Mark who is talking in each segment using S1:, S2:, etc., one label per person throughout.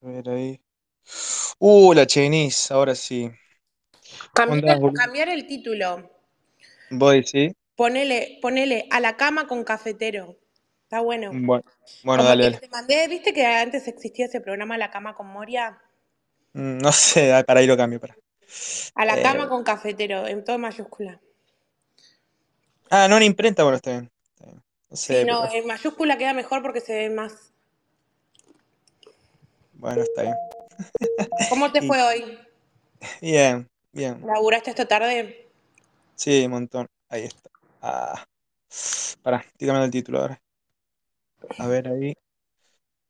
S1: ver ahí. Uh, la Chenis, ahora sí. Onda,
S2: Cambiar,
S1: boludo.
S2: cambiar el título.
S1: ¿Vos decís?
S2: Ponele, ponele a la cama con cafetero. Está bueno.
S1: Bueno, Mm, bueno,
S2: Como
S1: dale,
S2: que
S1: dale.
S2: te mandé, viste que antes existía ese programa La cama con Moria.
S1: Mm, No sé, ah, para ahí lo cambio, para.
S2: A
S1: Eh.
S2: la cama con cafetero, en todo mayúscula.
S1: ah, no, en imprenta, bueno, está bien. está bien. No
S2: Sí,
S1: sé,
S2: no, eh.
S1: pero
S2: en mayúscula queda mejor porque se ve más.
S1: bueno, está bien.
S2: ¿Cómo te
S1: Y
S2: fue hoy?
S1: bien, bien.
S2: ¿Laburaste esta tarde?
S1: Sí, un montón. Ahí está. Ah, pará, estoy cambiando el título ahora. A ver, ahí,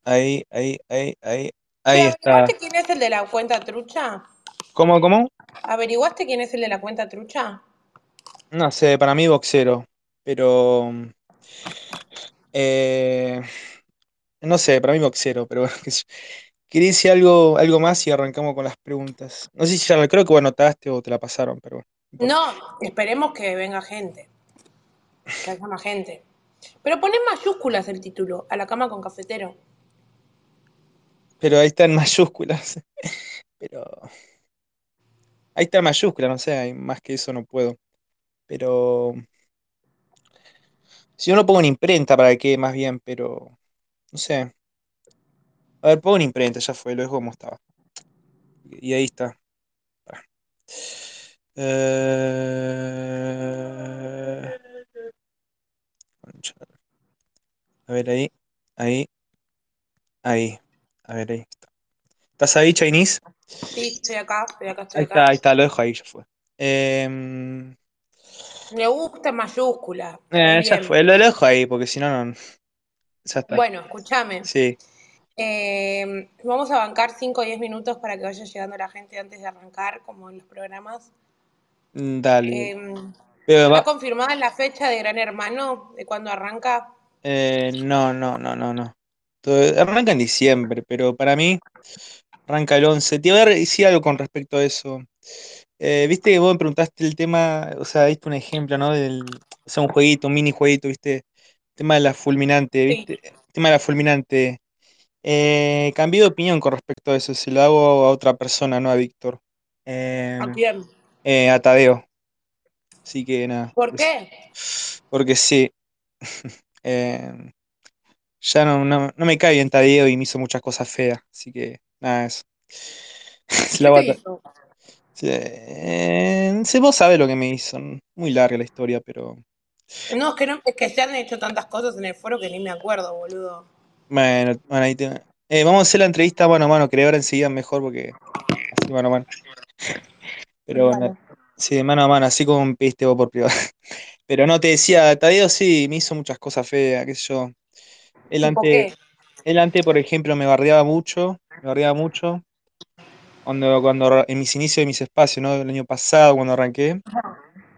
S1: ahí, ahí, ahí, ahí.
S2: Che,
S1: Ahí está.
S2: ¿averiguaste quién es el de la cuenta trucha?
S1: ¿Cómo, cómo?
S2: ¿Averiguaste quién es el de la cuenta trucha?
S1: No sé, para mí boxero. Pero. eh, no sé, para mí boxero, pero bueno, qué sé yo. Quería decir algo, algo más y arrancamos con las preguntas. No sé si ya la- creo que vos anotaste o te la pasaron, pero bueno, no importa.
S2: No, esperemos que venga gente, que haya más gente. Pero pon en mayúsculas el título, a la cama con cafetero.
S1: Pero ahí está en mayúsculas. Pero. Ahí está en mayúsculas, no sé, hay más que eso no puedo. Pero. Si yo lo pongo en imprenta para que quede más bien, pero. No sé. A ver, pongo en imprenta, ya fue, lo dejo como estaba. Y ahí está. Pará. Eh, concha. A ver, ahí. Ahí, ahí. A ver, ahí está. ¿Estás ahí, Chinese?
S2: Sí, estoy acá, estoy acá, estoy
S1: Ahí
S2: acá.
S1: está, ahí está, lo dejo ahí, ya fue. Em,
S2: Me gusta en mayúscula, muy
S1: eh, ya
S2: bien.
S1: fue, lo lo dejo ahí, porque si no, no, ya está.
S2: Bueno, escúchame.
S1: Sí,
S2: Eh, vamos a bancar 5 o 10 minutos para que vaya llegando la gente antes de arrancar, como en los programas.
S1: mm, dale.
S2: Eh,
S1: Pero
S2: ¿está
S1: va,
S2: confirmada la fecha de Gran Hermano, de cuando arranca?
S1: eh, no, no, no, no, no. Todo- arranca en diciembre, pero para mí arranca el 11. Te voy a decir algo con respecto a eso. Eh, viste que vos me preguntaste el tema, o sea, diste un ejemplo, ¿no? Del, o sea, un jueguito, un mini jueguito, viste. El tema de la fulminante,
S2: Sí.
S1: viste. El tema de la fulminante. Eh, cambié de opinión con respecto a eso, se lo hago a otra persona, no a Víctor.
S2: ¿A
S1: Eh,
S2: quién?
S1: eh, a Tadeo. Así que nada,
S2: ¿Por
S1: es-
S2: qué?
S1: porque sí. Eh, ya no, no, no me cae bien Tadeo y me hizo muchas cosas feas. Así que nada, eso. Se lo hago
S2: ¿Qué te
S1: a Ta-
S2: hizo?
S1: Sí, eh, no sé, vos sabés lo que me hizo. Muy larga la historia, pero.
S2: No, es que no, es que se han hecho tantas cosas en el foro que ni me acuerdo, boludo.
S1: Bueno, bueno, ahí te- Eh, vamos a hacer la entrevista mano a mano, que ahora enseguida mejor porque así mano a mano. Pero bueno,
S2: Dale.
S1: sí, mano a mano, así como me pediste vos por privado. Pero no te decía, Tadeo sí, me hizo muchas cosas feas, qué sé yo. Él
S2: ¿Tipo
S1: antes,
S2: qué?
S1: él antes, por ejemplo, me bardeaba mucho, me bardeaba mucho. Cuando, cuando arra- en mis inicios de mis espacios, ¿no? El año pasado, cuando arranqué.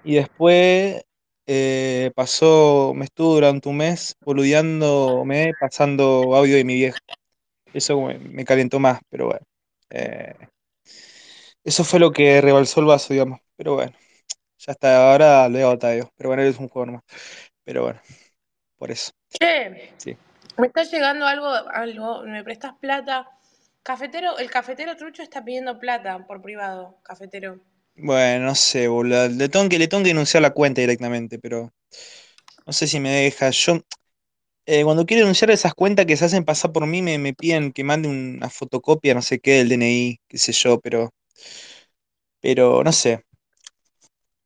S1: Y después eh, pasó, me estuvo durante un mes boludeándome, pasando audio de mi viejo. Eso me, me calentó más, pero bueno. Eh, eso fue lo que rebalsó el vaso, digamos. Pero bueno, ya está, ahora lo he agotado. Pero bueno, eres un jugador más. Pero bueno, por eso.
S2: Che,
S1: Sí.
S2: me está llegando algo, algo, ¿me prestas plata? Cafetero, el cafetero trucho está pidiendo plata por privado, cafetero.
S1: Bueno, no sé, boludo. Le tengo que, le tengo que denunciar la cuenta directamente, pero no sé si me deja. Yo, eh, cuando quiero denunciar esas cuentas que se hacen pasar por mí, me, me piden que mande una fotocopia, no sé qué, del DNI, qué sé yo, pero, pero no sé.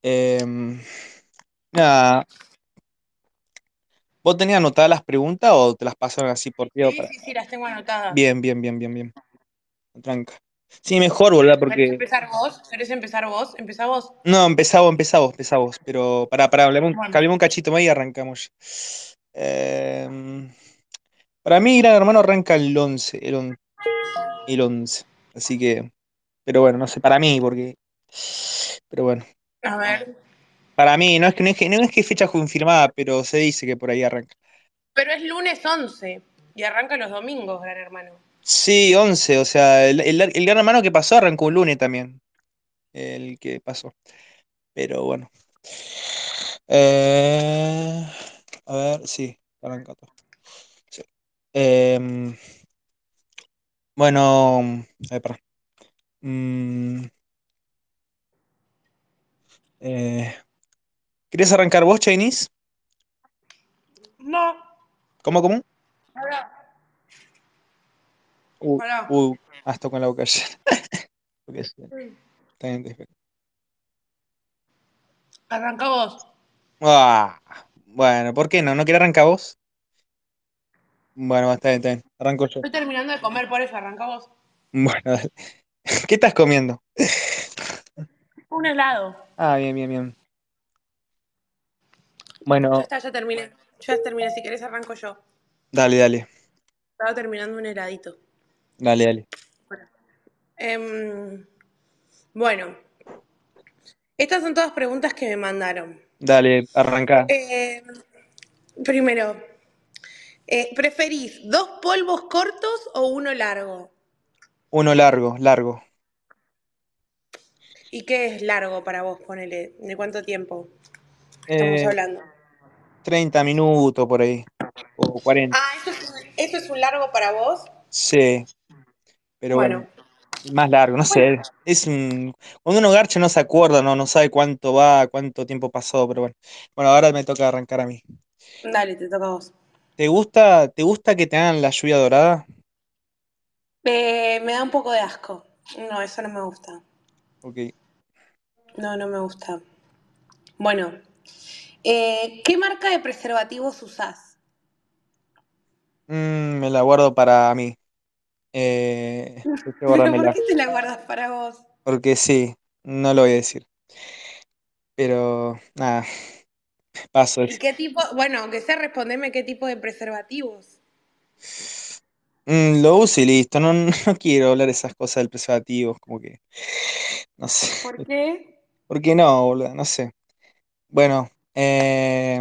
S1: Em, nada, ¿vos tenías anotadas las preguntas o te las pasaron así por tío
S2: Sí,
S1: para...
S2: sí, sí, las tengo anotadas.
S1: Bien, bien, bien, bien, bien. Tranca. Sí, mejor, boludo,
S2: ¿Querés
S1: porque...
S2: empezar vos? ¿Querés empezar vos? Empezá vos.
S1: No, empezá vos, empezá vos, empezá vos, pero pará, pará, hablemos un,
S2: Bueno,
S1: hablemos un cachito más y arrancamos. Em, para mí Gran Hermano arranca el 11, el, on- el 11, así que, pero bueno, no sé, para mí, porque, pero bueno, Ah.
S2: a ver.
S1: para mí, no es que no es que, no es que fecha confirmada, pero se dice que por ahí arranca.
S2: Pero es lunes 11 y arranca los domingos, gran hermano.
S1: Sí, 11, o sea, el, el- el Gran Hermano que pasó arrancó un lunes también, el que pasó, pero bueno. Eh, a ver, sí, arranca todo. Sí. Em, Bueno, ay, pará. Mm, eh, ¿querés arrancar vos, Chinese?
S2: No,
S1: ¿Cómo, cómo?
S2: pará,
S1: Uh,
S2: pará.
S1: uh, hasta con la boca llena. Ok, sí,
S2: Sí.
S1: está bien, te-
S2: Arranca vos.
S1: Ah, bueno, ¿por qué no? ¿No querés arrancar vos? Bueno, está bien, está bien. Arranco yo.
S2: Estoy terminando de comer, por eso arranca vos.
S1: Bueno, dale. ¿Qué estás comiendo?
S2: Un helado.
S1: Ah, bien, bien, bien.
S2: Ya
S1: Bueno,
S2: está, ya terminé. Ya terminé, si querés arranco yo.
S1: dale, dale.
S2: Estaba terminando un heladito.
S1: Dale, dale.
S2: Em, bueno, estas son todas preguntas que me mandaron.
S1: Dale, arrancá.
S2: Em, primero, eh, ¿preferís dos polvos cortos o uno largo?
S1: Uno largo, largo.
S2: ¿Y qué es largo para vos? Ponele, ¿de cuánto tiempo estamos
S1: Eh,
S2: hablando?
S1: 30 minutos por ahí. O 40.
S2: Ah, ¿eso es, un- eso es un largo para vos?
S1: Sí, pero Ah. bueno.
S2: Bueno,
S1: Más largo, no sé.
S2: bueno,
S1: Es un... Cuando uno garcha no se acuerda, no, no sabe cuánto va, cuánto tiempo pasó, pero bueno. Bueno, ahora me toca arrancar a mí.
S2: dale, te toca a vos.
S1: ¿Te gusta, te gusta que te hagan la lluvia dorada?
S2: Eh, me da un poco de asco. No, eso no me gusta.
S1: Ok.
S2: No, no me gusta. Bueno, eh, ¿qué marca de preservativos usás?
S1: Mm, me la guardo para mí. Eh, prefiero
S2: ¿Pero por
S1: guardármela.
S2: qué te la guardas para vos?
S1: Porque sí, no lo voy a decir. Pero nada, paso
S2: ¿Y
S1: eso.
S2: qué tipo? Bueno, aunque sea respondeme qué tipo de preservativos.
S1: Mm, lo uso y listo. No, no quiero hablar esas cosas del preservativo. Como que, no sé.
S2: ¿Por qué?
S1: ¿Por qué no, boludo? No sé. Bueno, eh,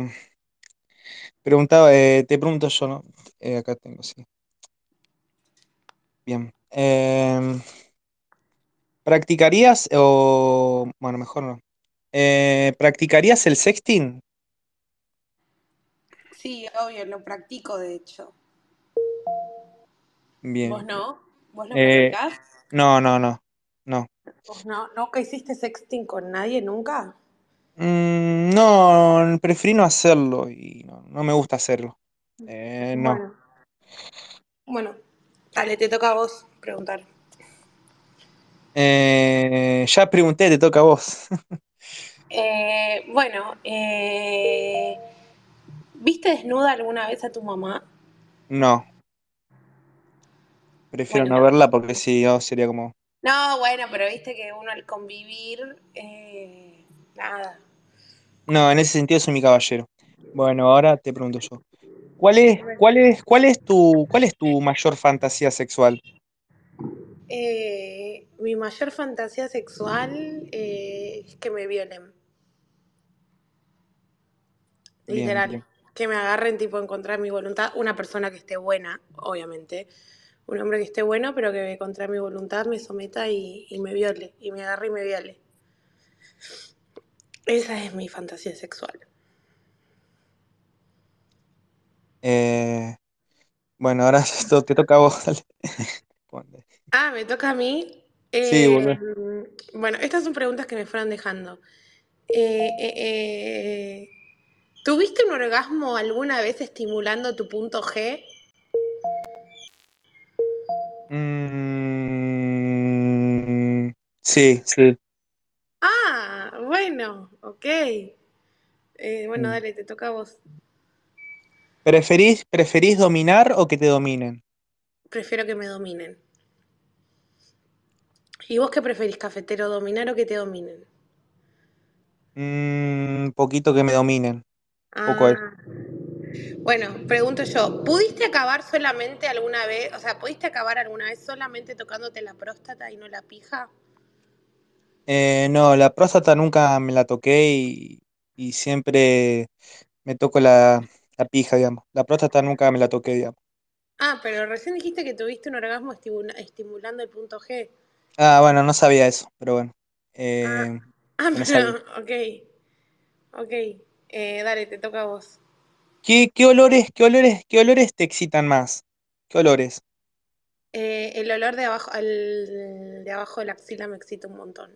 S1: preguntaba, eh, te pregunto yo, ¿no? Eh, acá tengo, sí. Bien. Em, ¿practicarías o, bueno, mejor no. Eh, ¿practicarías el sexting?
S2: Sí, obvio, lo practico de hecho. ¿Vos
S1: Bien.
S2: no? ¿Vos lo
S1: Eh,
S2: practicás?
S1: no, no, no. No.
S2: ¿Vos no? ¿Nunca hiciste sexting con nadie? ¿Nunca?
S1: Mm, no, preferí no hacerlo y no, no me gusta hacerlo. Eh, no.
S2: Bueno, bueno. Dale, te toca a vos preguntar.
S1: Eh, ya pregunté, te toca a vos.
S2: Eh, bueno, eh, ¿viste desnuda alguna vez a tu mamá?
S1: No, prefiero
S2: Bueno,
S1: no verla porque si no sería como...
S2: no, bueno, pero viste que uno al convivir, eh, nada.
S1: No, en ese sentido soy mi caballero. Bueno, ahora te pregunto yo. ¿Cuál es, cuál es, cuál es tu, cuál es tu mayor fantasía sexual?
S2: Eh, mi mayor fantasía sexual eh, es que me violen,
S1: Bien,
S2: literal.
S1: bien.
S2: Que me agarren, tipo, en contra de mi voluntad. Una persona que esté buena, obviamente. Un hombre que esté bueno, pero que contra mi voluntad me someta y, y me viole. Y me agarre y me viole. Esa es mi fantasía sexual.
S1: Eh, bueno, ahora esto te toca a vos. dale.
S2: Ah, me toca a mí.
S1: Sí,
S2: Eh,
S1: volvé.
S2: bueno, estas son preguntas que me fueron dejando. Eh, eh, eh, ¿tuviste un orgasmo alguna vez estimulando tu punto G?
S1: Mm, sí, sí.
S2: Ah, bueno, ok. Eh, bueno,
S1: Mm.
S2: dale, te toca a vos.
S1: ¿Preferís, preferís dominar o que te dominen?
S2: Prefiero que me dominen. ¿Y vos qué preferís, cafetero, dominar o que te dominen?
S1: Mm, poquito que me dominen. Poco eso.
S2: Ah, bueno, pregunto yo, ¿pudiste acabar solamente alguna vez, o sea, ¿pudiste acabar alguna vez solamente tocándote la próstata y no la pija?
S1: Eh, no, la próstata nunca me la toqué y, y siempre me toco la, la pija, digamos. La próstata nunca me la toqué, digamos.
S2: Ah, pero recién dijiste que tuviste un orgasmo estimula- estimulando el punto G.
S1: Ah, bueno, no sabía eso, pero bueno.
S2: Ah,
S1: Eh,
S2: ah,
S1: no sabía.
S2: pero, ok, ok. Eh, dale, te toca a vos.
S1: ¿Qué, qué olores, qué olores, qué olores te excitan más? ¿Qué olores?
S2: Eh, el olor de abajo, al- de abajo de la axila me excita un montón.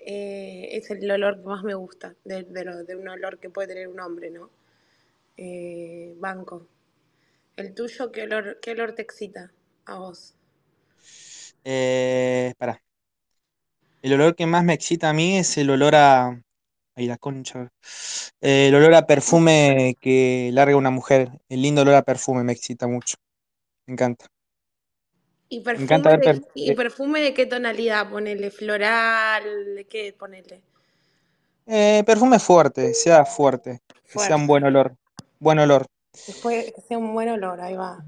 S2: Eh, es el olor que más me gusta, de, de lo- de un olor que puede tener un hombre, ¿no? Eh, banco. ¿El tuyo qué olor, qué olor te excita a vos?
S1: Eh, pará. El olor que más me excita a mí es el olor a. Ay, la concha. Eh, el olor a perfume que larga una mujer. El lindo olor a perfume me excita mucho. Me encanta.
S2: ¿Y
S1: Me encanta
S2: perfume
S1: ver.
S2: de,
S1: per-
S2: y
S1: eh,
S2: perfume de qué tonalidad? Ponele floral, ¿de qué ponele?
S1: eh, perfume fuerte, sea fuerte. Que sea un
S2: Fuerte.
S1: buen olor. Buen olor.
S2: Después que sea un buen olor, ahí va.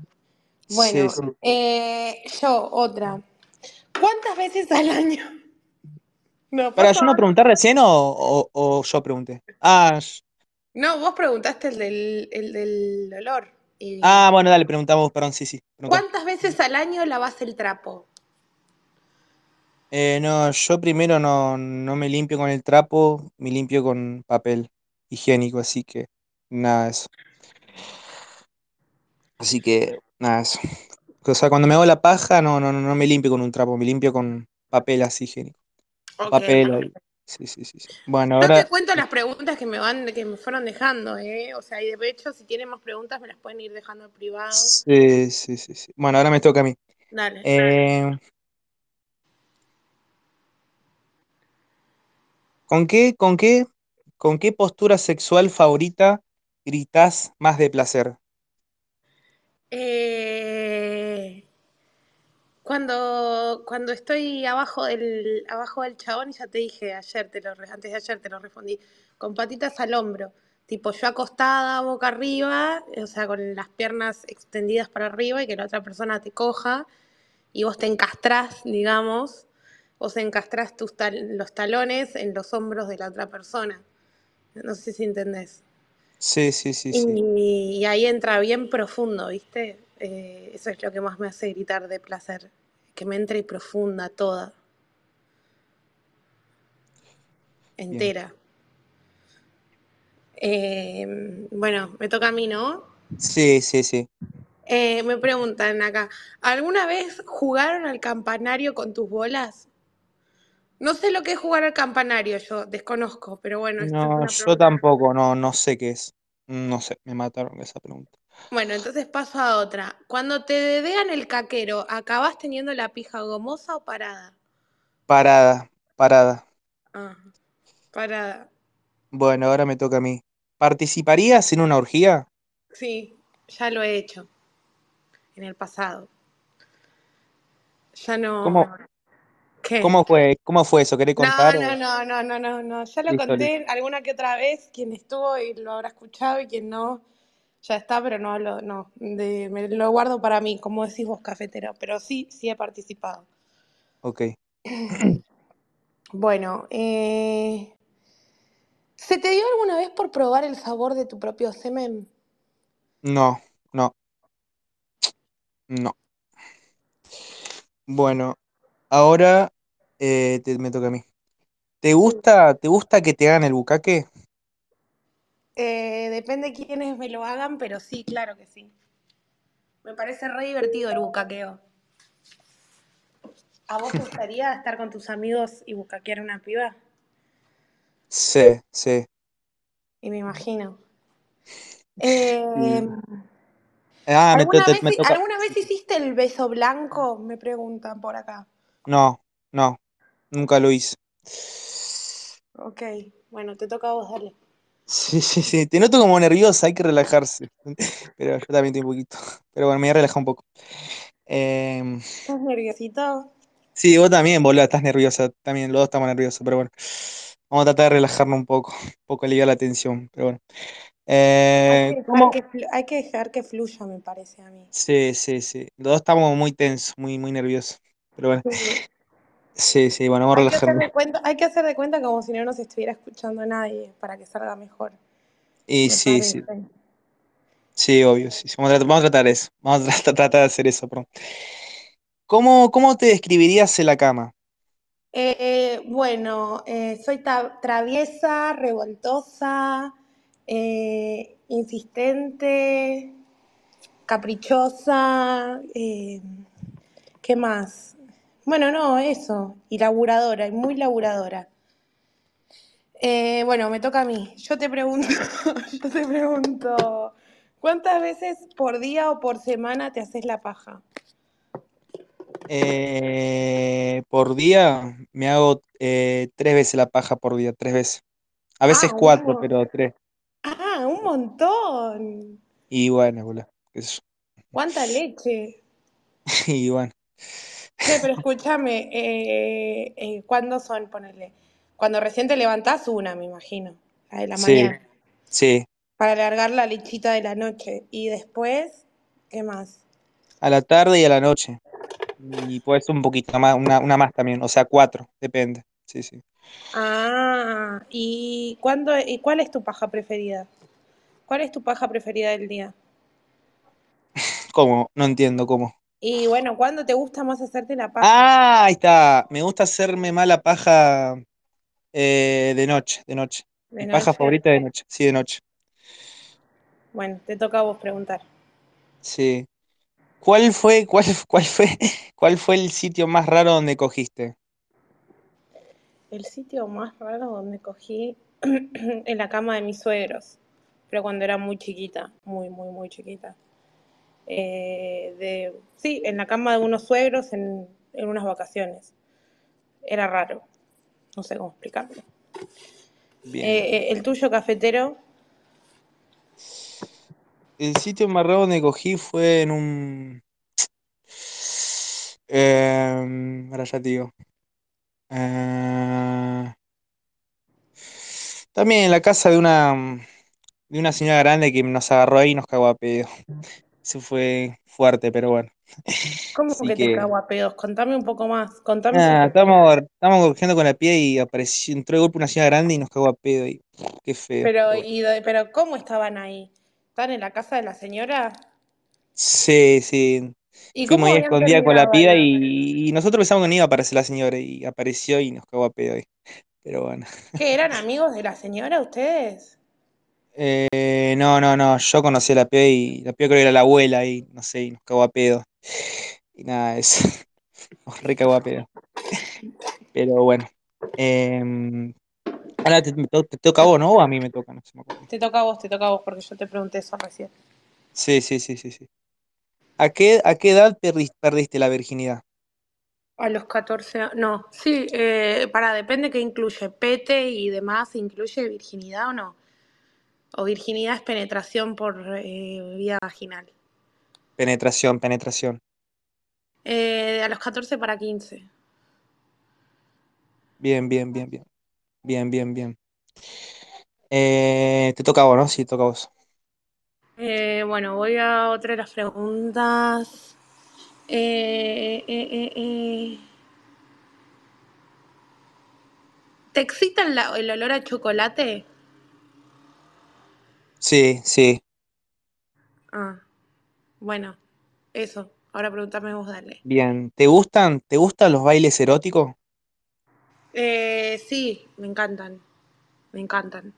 S1: Sí,
S2: Bueno,
S1: sí.
S2: eh, yo otra. ¿Cuántas veces al año? No, por
S1: Para, ¿yo no
S2: favor.
S1: pregunté recién o, o- o yo pregunté? Ah, sh-
S2: No, vos preguntaste el del, el del olor. Y,
S1: ah, bueno, dale, preguntamos, perdón, sí, sí, preguntá.
S2: ¿Cuántas veces al año lavas el trapo?
S1: Eh, no, yo primero no, no me limpio con el trapo, me limpio con papel higiénico, así que nada de eso. Así que nada de eso. O sea, cuando me hago la paja, no, no, no no me limpio con un trapo, me limpio con papel así higiénico.
S2: Ok.
S1: Papel ahí. Sí, sí, sí, sí. Bueno,
S2: Yo te
S1: ahora,
S2: cuento las preguntas que me van, que me fueron dejando, ¿eh? O sea, y de hecho, si tienen más preguntas, me las pueden ir dejando en privado.
S1: sí, sí, sí, sí. Bueno, ahora me toca a mí.
S2: Dale.
S1: Eh, ¿Con qué, con qué, con qué postura sexual favorita gritás más de placer?
S2: Eh, cuando, cuando estoy abajo del, abajo del chabón, y ya te dije ayer, te lo, re- antes de ayer te lo respondí, con patitas al hombro, tipo yo acostada, boca arriba, o sea, con las piernas extendidas para arriba y que la otra persona te coja y vos te encastrás, digamos, vos encastrás tus tal- los talones en los hombros de la otra persona. No sé si entendés.
S1: Sí, sí, sí, sí.
S2: Y, y ahí entra bien profundo, ¿viste? Eh, eso es lo que más me hace gritar de placer, que me entre profunda toda,
S1: Bien.
S2: entera. Eh, bueno, me toca a mí, ¿no?
S1: Sí, sí, sí.
S2: Eh, me preguntan acá, ¿alguna vez jugaron al campanario con tus bolas? No sé lo que es jugar al campanario, yo desconozco, pero bueno, esto es
S1: No,
S2: una
S1: yo
S2: pregunta.
S1: tampoco, no, no sé qué es. No sé, me mataron con esa pregunta.
S2: Bueno, entonces paso a otra. Cuando te dedean el caquero, ¿acabás teniendo la pija gomosa o parada?
S1: Parada, parada.
S2: Ah, parada.
S1: Bueno, ahora me toca a mí. ¿Participarías en una orgía?
S2: Sí, ya lo he hecho en el pasado. Ya no.
S1: ¿Cómo,
S2: ¿Qué?
S1: cómo fue, cómo fue eso? ¿Querés
S2: No,
S1: contar
S2: no,
S1: o?
S2: no, no, no, no, no. Ya lo
S1: Listo, listo.
S2: conté alguna que otra vez, quien estuvo y lo habrá escuchado y quien no, ya está, pero no hablo, no. De- me lo guardo para mí, como decís vos, cafetero. Pero sí, sí he participado.
S1: Ok.
S2: Bueno, eh, ¿se te dio alguna vez por probar el sabor de tu propio semen?
S1: No, no, no. Bueno, ahora eh, te- me toca a mí. ¿Te
S2: Sí.
S1: gusta, te gusta que te hagan el bucaque?
S2: Eh, depende quiénes me lo hagan, pero sí, claro que sí. Me parece re divertido el bucaqueo. ¿A vos te gustaría estar con tus amigos y bucaquear una piba?
S1: Sí, sí.
S2: Y me imagino. Eh,
S1: Y... Ah, me, to-
S2: ¿alguna
S1: te-
S2: vez,
S1: me toca.
S2: ¿alguna vez hiciste el beso blanco? Me preguntan por acá.
S1: No, no, nunca lo hice.
S2: Ok, bueno, te toca a vos, dale.
S1: Sí, sí, sí. Te noto como nerviosa, hay que relajarse. Pero yo también estoy un poquito. Pero bueno, me voy a relajar un poco. Em,
S2: ¿Estás nerviosito?
S1: sí, vos también, boludo, estás nerviosa. También, los dos estamos nerviosos, pero bueno. Vamos a tratar de relajarnos un poco, un poco aliviar la tensión. Pero bueno.
S2: Hay
S1: Eh,
S2: que dejar
S1: ¿cómo?
S2: que, flu- hay que dejar que fluya, me parece a mí.
S1: Sí, sí, sí. Los dos estamos muy tensos, muy, muy nerviosos. Pero bueno.
S2: Sí.
S1: Sí, sí, bueno, vamos a
S2: Hay que hacer
S1: relajarnos.
S2: de cuenta, hay que hacer de cuenta como si no nos estuviera escuchando nadie para que salga mejor,
S1: Y
S2: me
S1: sí, sí.
S2: parece.
S1: Sí, obvio, sí, sí, Vamos a tratar, vamos a tratar eso. Vamos a tra- tratar de hacer eso, perdón. ¿Cómo, cómo te describirías en la cama?
S2: Eh, bueno, eh, soy ta- traviesa, revoltosa, eh, insistente, caprichosa. eh, ¿Qué más? Bueno, no, eso. Y laburadora, y muy laburadora. Eh, bueno, me toca a mí. Yo te pregunto, yo te pregunto, ¿cuántas veces por día o por semana te haces la paja?
S1: Eh, por día me hago eh, tres veces la paja por día, tres veces. A veces
S2: Ah,
S1: cuatro,
S2: wow.
S1: pero tres.
S2: Ah, un montón.
S1: Y bueno, boludo, qué sé
S2: ¿Cuánta leche?
S1: yo. Y bueno.
S2: Che, pero escúchame, eh, eh, ¿cuándo son? Ponele. Cuando recién te levantás una, me imagino, la de la
S1: Sí,
S2: mañana,
S1: sí.
S2: para alargar la lechita de la noche. Y después, ¿qué más?
S1: A la tarde y a la noche. Y puede ser un poquito más, una, una más también. O sea, cuatro, depende. Sí, sí.
S2: Ah, ¿y cuándo, y cuál es tu paja preferida? ¿Cuál es tu paja preferida del día?
S1: ¿Cómo? No entiendo cómo.
S2: Y bueno, ¿cuándo te gusta más hacerte la paja?
S1: Ah, ahí está. Me gusta hacerme mala paja eh, de noche, de noche.
S2: De
S1: Mi paja
S2: noche.
S1: favorita de noche. Sí, de noche.
S2: Bueno, te toca a vos preguntar.
S1: Sí. ¿Cuál fue, cuál, cuál fue, cuál fue el sitio más raro donde cogiste?
S2: El sitio más raro donde cogí en la cama de mis suegros, pero cuando era muy chiquita, muy, muy, muy chiquita. Eh, de, sí, en la cama de unos suegros en, en unas vacaciones. Era raro, no sé cómo explicarlo.
S1: Bien.
S2: Eh, eh, el tuyo cafetero,
S1: El sitio más raro donde cogí fue en un. Eh, ahora ya te digo. Eh, también en la casa de una, de una señora grande que nos agarró ahí y nos cagó a pedo. Eso fue fuerte, pero bueno.
S2: ¿cómo
S1: Así
S2: que te
S1: que. Ah,
S2: cago a pedos? Contame un poco más, contame sobre
S1: Nada,
S2: tu
S1: estamos, estamos cogiendo con la pie y apareció, entró de golpe una señora grande y nos cagó a pedo. Y, qué feo,
S2: Pero,
S1: pero bueno.
S2: y, de- pero, ¿cómo estaban ahí? ¿Estaban en la casa de la señora?
S1: Sí, sí.
S2: ¿Y
S1: Fuimos
S2: cómo
S1: ahí
S2: habían
S1: escondida con la
S2: terminado ahí?
S1: piba y, y nosotros pensamos que no iba a aparecer la señora y apareció y nos cagó a pedo ahí. Pero bueno.
S2: ¿Qué eran amigos de la señora ustedes?
S1: Eh, no, no, no. Yo conocí a la piba y la piba creo que era la abuela y no sé, y nos cagó a pedo. Y nada, eso. Nos re cagó a pedo. Pero bueno. Em, ahora te, to- te toca a vos, ¿no? O a mí me toca, no se me acuerdo.
S2: Te toca a vos, te toca a vos, porque yo te pregunté eso recién.
S1: Sí, sí, sí, sí, sí. ¿A qué, a qué edad perdi- perdiste la virginidad?
S2: A los 14 años. No, sí, eh, para, depende qué incluye. Pete y demás, ¿incluye virginidad o no? O virginidad es penetración por eh, vía vaginal.
S1: Penetración, penetración.
S2: Eh, a los 14 para 15.
S1: Bien, bien, bien, bien. Bien, bien, bien. Eh, te toca a vos, ¿no? Sí, toca a vos.
S2: Eh, bueno, voy a otra de las preguntas. Eh, eh, eh, eh. ¿Te excita el, la- el olor a chocolate?
S1: Sí, sí.
S2: Ah, bueno, eso. Ahora pregúntame vos, dale.
S1: Bien. ¿Te gustan, te gustan los bailes eróticos?
S2: Eh, sí, me encantan, me encantan.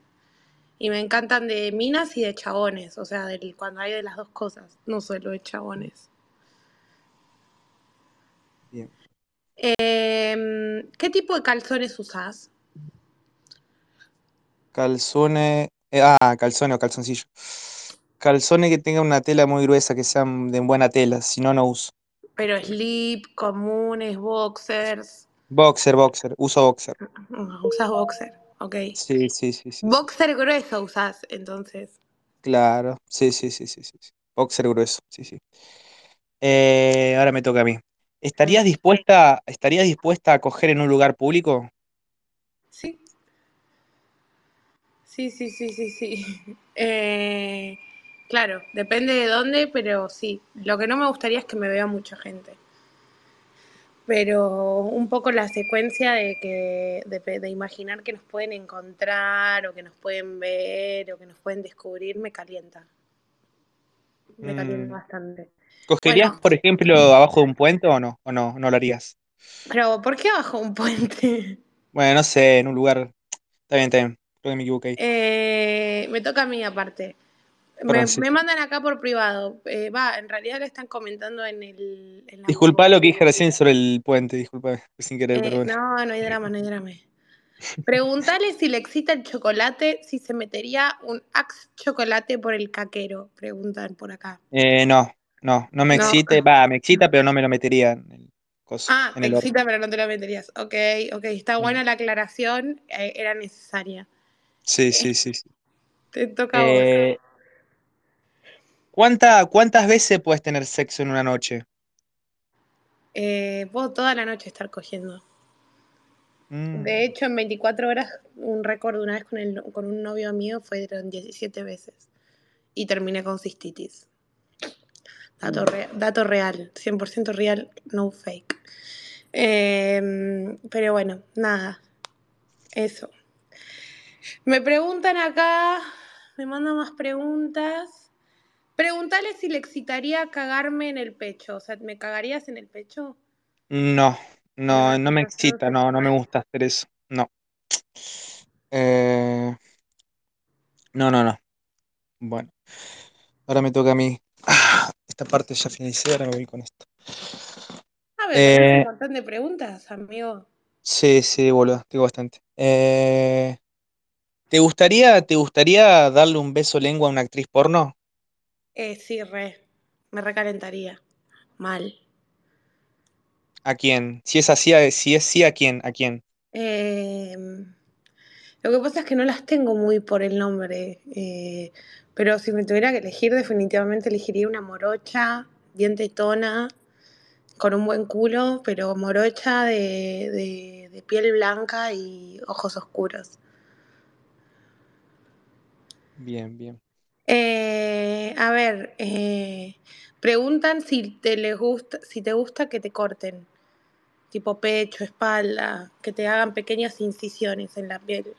S2: Y me encantan de minas y de chabones, o sea, del, cuando hay de las dos cosas, no solo de chabones.
S1: Bien.
S2: Em, ¿qué tipo de calzones usás?
S1: Calzones. eh, ah, calzones o calzoncillo. Calzones que tengan una tela muy gruesa, que sean de buena tela, si no, no uso.
S2: Pero slip, comunes, boxers.
S1: Boxer, boxer. Uso boxer.
S2: Ah, Usás boxer, ok.
S1: Sí, sí, sí, sí, sí.
S2: Boxer grueso usás, entonces.
S1: Claro. Sí, sí, sí, sí, sí. sí. Boxer grueso, sí, sí. Eh, ahora me toca a mí.
S2: Mm.
S1: ¿Estarías dispuesta, estarías dispuesta a coger en un lugar público?
S2: Sí, sí, sí, sí, sí, sí. Eh, claro, depende de dónde, pero sí. Lo que no me gustaría es que me vea mucha gente. pero un poco la secuencia de que de, pe- de imaginar que nos pueden encontrar o que nos pueden ver o que nos pueden descubrir me calienta, me calienta
S1: Mm,
S2: bastante.
S1: ¿Cogerías,
S2: Bueno,
S1: por ejemplo, abajo de un puente o no? ¿O no? ¿No lo harías?
S2: pero ¿por qué abajo un puente?
S1: Bueno, no sé, en un lugar. Está bien, está bien. Creo que me equivoqué ahí.
S2: Eh, me toca a mí aparte. Me, me mandan acá por privado. Eh, va, en realidad le están comentando en el. en la-
S1: Disculpa lo que dije recién sobre el puente, disculpa, sin querer,
S2: Eh,
S1: pero bueno.
S2: No, no hay drama, no hay drama. Preguntale si le excita el chocolate, si se metería un axe chocolate por el caquero. Preguntan por acá.
S1: Eh, no, no, no me
S2: No.
S1: excita, va, me excita, pero no me lo metería en el coso,
S2: Ah,
S1: en
S2: te
S1: el Mm. orto.
S2: excita, pero no te lo meterías. Ok, ok, está buena la aclaración, eh, era necesaria. Eh,
S1: Sí, sí, sí. sí.
S2: Te toca a vos.
S1: Eh, ¿cuánta- ¿Cuántas veces puedes tener sexo en una noche?
S2: Eh, puedo toda la noche estar cogiendo.
S1: Mm,
S2: De hecho, en 24 horas, un récord de una vez con, el, con un novio mío fueron 17 veces. Y terminé con cistitis. Dato, re- dato real, 100% real, no fake. Eh, pero bueno, nada. Eso. Me preguntan acá, me mandan más preguntas. Preguntarle si le excitaría cagarme en el pecho. O sea, ¿me cagarías en el pecho?
S1: No, no,
S2: No,
S1: no me
S2: no sé, no
S1: excita,
S2: sé.
S1: no, no me gusta hacer eso. No. Eh, no, no, no. Bueno, ahora me toca a mí. Ah, esta parte ya finalicé, ahora me voy con esto.
S2: Ah, pero tenés
S1: Eh,
S2: un montón de preguntas, amigo.
S1: Sí, sí, boludo, tengo bastante. Eh, ¿te gustaría, te gustaría darle un beso lengua a una actriz porno?
S2: Eh, sí, re. Me recalentaría. Mal.
S1: ¿A quién? Si es así, a- si es sí, ¿a quién? ¿A quién?
S2: Eh, lo que pasa es que no las tengo muy por el nombre, eh, pero si me tuviera que elegir, definitivamente elegiría una morocha, bien tetona, con un buen culo, pero morocha de, de- de piel blanca y ojos oscuros.
S1: Bien, bien.
S2: Eh, a ver, eh, preguntan si te les gusta, si te gusta que te corten, tipo pecho, espalda, que te hagan pequeñas incisiones en la piel.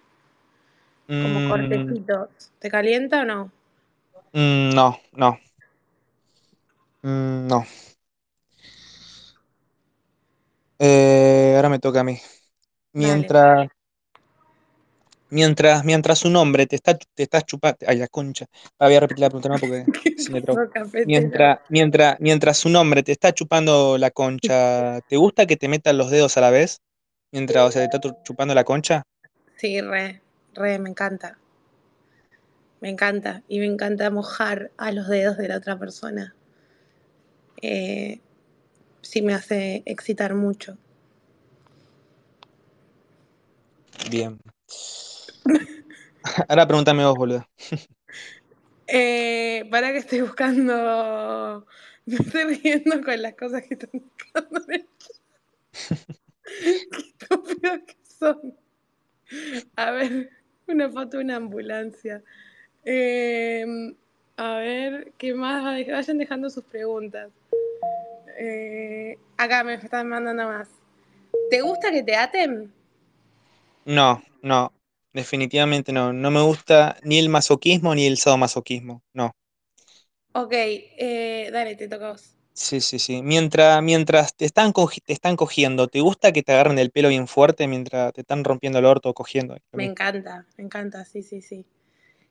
S2: como
S1: Mm,
S2: cortecitos. ¿Te calienta o no?
S1: mm, no, no, mm, no. Eh, ahora me toca a mí.
S2: Dale.
S1: Mientras, mientras, mientras un hombre te está, te estás chupando, ay, la concha. Ah, voy a repetir la pregunta, ¿no? Porque se me trabó.
S2: Pasó, cafetero.
S1: Mientras, mientras, mientras un hombre te está chupando la concha, ¿te gusta que te metan los dedos a la vez? Mientras, o sea, te está tu- chupando la concha.
S2: Sí, re, re, me encanta. Me encanta. Y me encanta mojar a los dedos de la otra persona. Eh, sí me hace excitar mucho.
S1: Bien. Ahora pregúntame vos, boludo.
S2: Eh, para que estoy buscando. Me estoy riendo con las cosas que están buscando. en el chat. Qué estúpidos que son. A ver, una foto de una ambulancia. Eh, a ver, ¿qué más? Ay, Vayan dejando sus preguntas. Eh, acá me están mandando más. ¿Te gusta que te aten?
S1: No, no. Definitivamente no. No me gusta ni el masoquismo ni el sadomasoquismo. No.
S2: Ok, eh, dale, te toca a vos.
S1: Sí, sí, sí. Mientras, mientras te están, cogi- te están cogiendo, ¿te gusta que te agarren el pelo bien fuerte mientras te están rompiendo el orto o cogiendo? Lo
S2: Me
S1: mismo.
S2: encanta, me encanta, sí, sí, sí.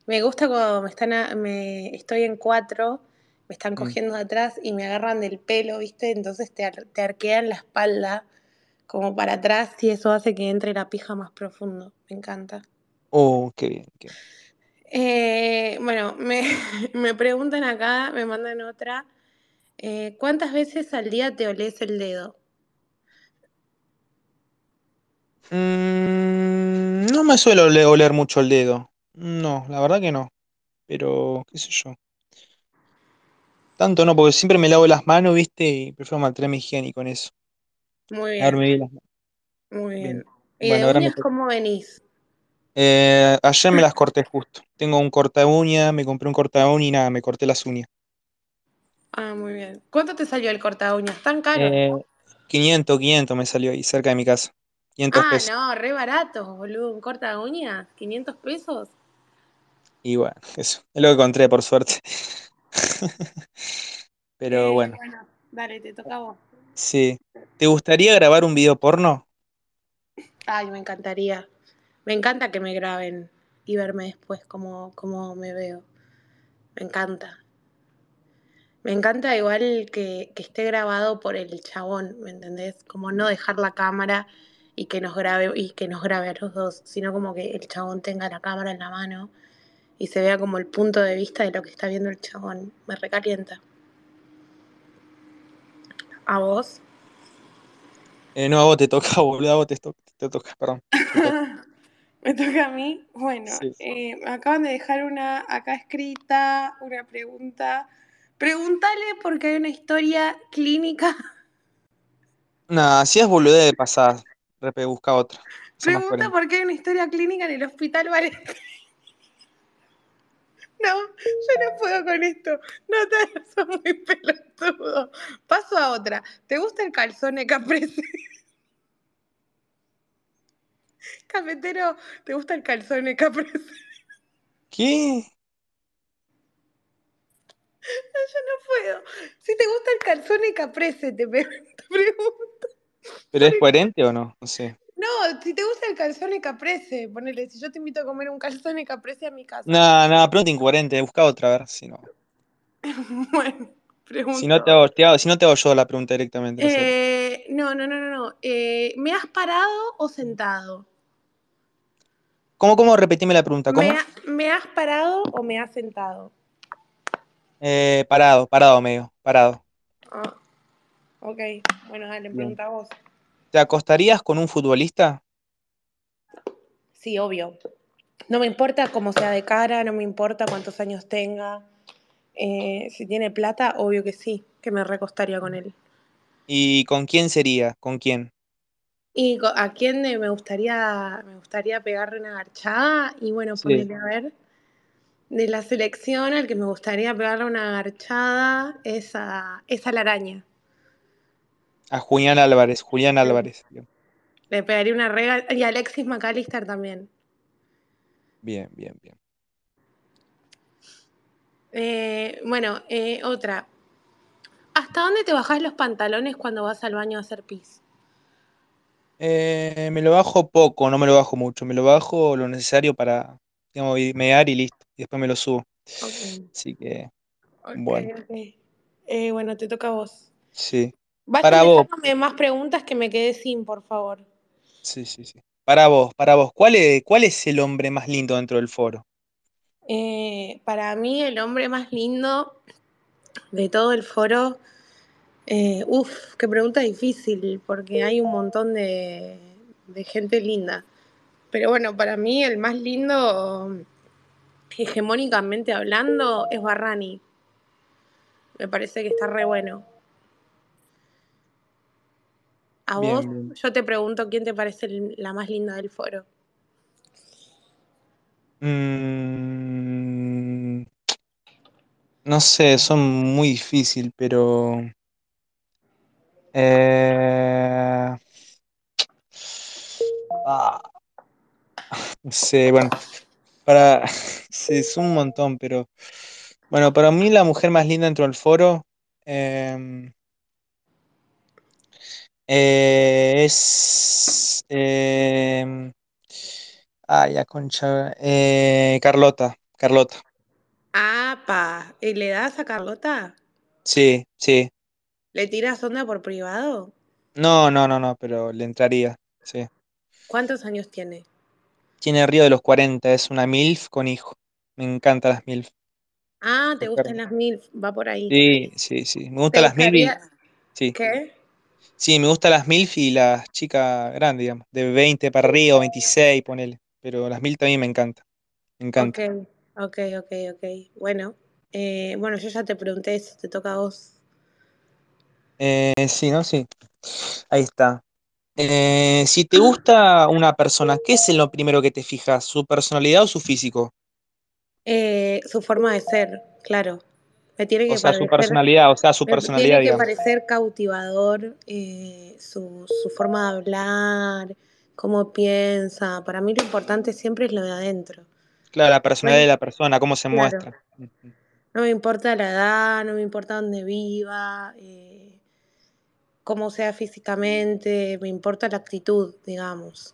S2: Me gusta cuando me están, a- me, estoy en cuatro, me están
S1: Mm.
S2: cogiendo de atrás y me agarran del pelo, ¿viste? Entonces te, ar- te arquean la espalda como para atrás y eso hace que entre la pija más profundo. Me encanta.
S1: Oh, qué bien, qué bien.
S2: Eh, bueno, me, me preguntan acá, me mandan otra. eh, ¿cuántas veces al día te olés el dedo?
S1: Mm, no me suelo ole- oler mucho el dedo. No, la verdad que no. Pero, qué sé yo. Tanto no, porque siempre me lavo las manos, ¿viste? Y prefiero mantenerme higiénico en eso.
S2: Muy bien,
S1: Lavarme bien las manos.
S2: muy
S1: Bien.
S2: bien. ¿Y de
S1: Bueno, ahora me
S2: uñas
S1: toca.
S2: cómo venís?
S1: Eh, ayer me las corté justo. Tengo un corta uña, me compré un corta uña y nada, me corté las uñas.
S2: Ah, muy bien. ¿Cuánto te salió el corta uñas? ¿Tan caro?
S1: Eh, 500, 500 me salió ahí cerca de mi casa. 500
S2: Ah,
S1: pesos.
S2: no, re barato, boludo. ¿Un corta uñas? ¿500 pesos?
S1: Y bueno, eso. Es lo que encontré, por suerte. Pero
S2: Eh,
S1: bueno,
S2: bueno, dale, te toca a vos.
S1: sí. ¿Te gustaría grabar un video porno?
S2: Ay, me encantaría. Me encanta que me graben y verme después cómo, cómo me veo. Me encanta. Me encanta igual que, que esté grabado por el chabón, ¿me entendés? Como no dejar la cámara y que nos grabe y que nos grabe a los dos, sino como que el chabón tenga la cámara en la mano y se vea como el punto de vista de lo que está viendo el chabón. Me recalienta. ¿A vos?
S1: Eh, no, a vos te toca, boludo, a vos te, to- te toca, perdón.
S2: ¿Me toca a mí? Bueno,
S1: Sí.
S2: eh, me acaban de dejar una acá escrita, una pregunta. Pregúntale porque hay una historia clínica.
S1: Nah, si es boludez de pasar, repe, busca otra. Esa es más coherente.
S2: Pregunta por qué hay una historia clínica en el hospital Valentín. No, yo no puedo con esto. No, te sos muy pelotudo. Paso a otra. ¿Te gusta el calzone caprese? Cafetero, ¿te gusta el calzone caprese?
S1: ¿Qué?
S2: No puedo. Si te gusta el calzone caprese, te pe- te pregunto.
S1: ¿Pero es coherente o no? No sé.
S2: No, si te gusta el calzone caprese, ponele, si yo te invito a comer un calzone caprese a mi casa.
S1: Nah, nah, pronto incoherente, busca otra, a ver si no.
S2: Bueno,
S1: Si
S2: pregunto.
S1: no te hago, te hago- si no te hago yo la pregunta directamente, no sé.
S2: Eh, no, no, no, no, no. Eh, ¿me has parado o sentado?
S1: ¿Cómo, cómo? Repetime la pregunta,
S2: ¿Me,
S1: ¿cómo?
S2: ha- me has parado o me has sentado?
S1: Eh, parado, parado medio, parado.
S2: Ah, ok. Bueno, dale,
S1: Bien.
S2: pregunta vos.
S1: ¿Te acostarías con un futbolista?
S2: Sí, obvio. No me importa cómo sea de cara, no me importa cuántos años tenga. Eh, si tiene plata, obvio que sí, que me recostaría con él.
S1: ¿Y con quién sería? ¿Con quién?
S2: ¿Y co- a quién eh, me gustaría, me gustaría pegarle una garchada? Y bueno,
S1: Sí.
S2: ponerle a ver. De la selección al que me gustaría pegarle una garchada es a, es a la araña.
S1: A Julián Álvarez, Julián Álvarez. Bien,
S2: Le pegaría una rega y a Alexis McAllister también.
S1: bien, bien. bien.
S2: Eh, bueno, eh, otra. ¿Hasta dónde te bajás los pantalones cuando vas al baño a hacer pis?
S1: Eh, me lo bajo poco, no me lo bajo mucho. Me lo bajo lo necesario para, digamos, ir- mear y listo. Y después me lo subo.
S2: Ok,
S1: Así que,
S2: ok,
S1: bueno,
S2: ok. Eh, bueno, te toca a vos.
S1: sí.
S2: Vayan
S1: Para vos,
S2: dejándome más preguntas que me quedé sin, por favor.
S1: sí, sí, sí. Para vos, para vos. ¿Cuál es, cuál es el hombre más lindo dentro del foro?
S2: Eh, para mí, el hombre más lindo de todo el foro. Eh, uf, qué pregunta difícil, porque hay un montón de, de gente linda. Pero bueno, para mí el más lindo, hegemónicamente hablando, es Barrani. Me parece que está re bueno. A vos,
S1: Bien, bien.
S2: yo te pregunto quién te parece el- la más linda del foro.
S1: Mm, no sé, son muy difícil, pero. eh, ah, no sé, bueno. Para, sí, es un montón, pero bueno, para mí la mujer más linda dentro del foro em, eh, es em, ay, la Ah, concha, eh, Carlota, Carlota,
S2: ¡Apa! ¿Y le das a Carlota?
S1: sí, sí,
S2: ¿Le tiras onda por privado?
S1: no, no, no, no, pero le entraría, sí.
S2: ¿Cuántos años tiene?
S1: Tiene Río de los 40, es una MILF con hijo, me encantan las MILF,
S2: Ah, te
S1: me
S2: gustan
S1: encantan.
S2: las mil, va por ahí.
S1: Sí, sí, sí, me
S2: ¿Te
S1: gustan las MILF, y-
S2: gustaría
S1: sí.
S2: qué?
S1: Sí, me gustan las MILF y las chicas grandes, digamos, de 20 para arriba o 26, ponele. Pero las MILF también me encanta, me
S2: Ok,
S1: encanta.
S2: ok, ok, ok. Bueno, eh, bueno, yo ya te pregunté eso, te toca a vos.
S1: Eh, sí, ¿no? Sí. Ahí está. Eh, si te gusta una persona, ¿qué es en lo primero que te fijas? ¿Su personalidad o su físico?
S2: Eh, su forma de ser, claro. Me tiene
S1: O
S2: que
S1: sea, su
S2: parecer,
S1: personalidad, o sea, su
S2: me tiene
S1: personalidad,
S2: que
S1: digamos.
S2: parecer cautivador, eh, su, su forma de hablar, cómo piensa. Para mí lo importante siempre es lo de adentro.
S1: Claro, la personalidad de
S2: Bueno,
S1: la persona, cómo se
S2: claro.
S1: muestra. Ujú.
S2: No me importa la edad, no me importa dónde viva, eh, cómo sea físicamente, me importa la actitud, digamos.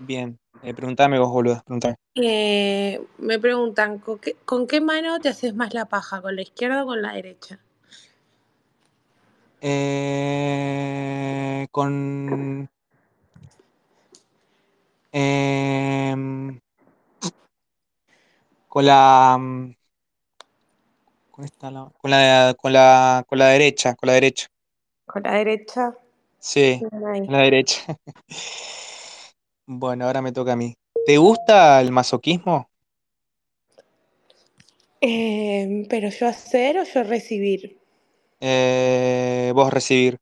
S1: Bien. Eh, preguntame vos, boludo, preguntame.
S2: Eh, me preguntan, ¿con qué, con qué mano te haces más la paja? ¿Con la izquierda o con la derecha?
S1: Eh, con. em, con la. mm, Con esta, la- con la, con la, con la derecha, con la derecha.
S2: Con la derecha.
S1: Sí,
S2: Bien ahí.
S1: con la derecha. Bueno, ahora me toca a mí. ¿Te gusta el masoquismo?
S2: Em, pero yo hacer o yo recibir.
S1: Eh, vos recibir.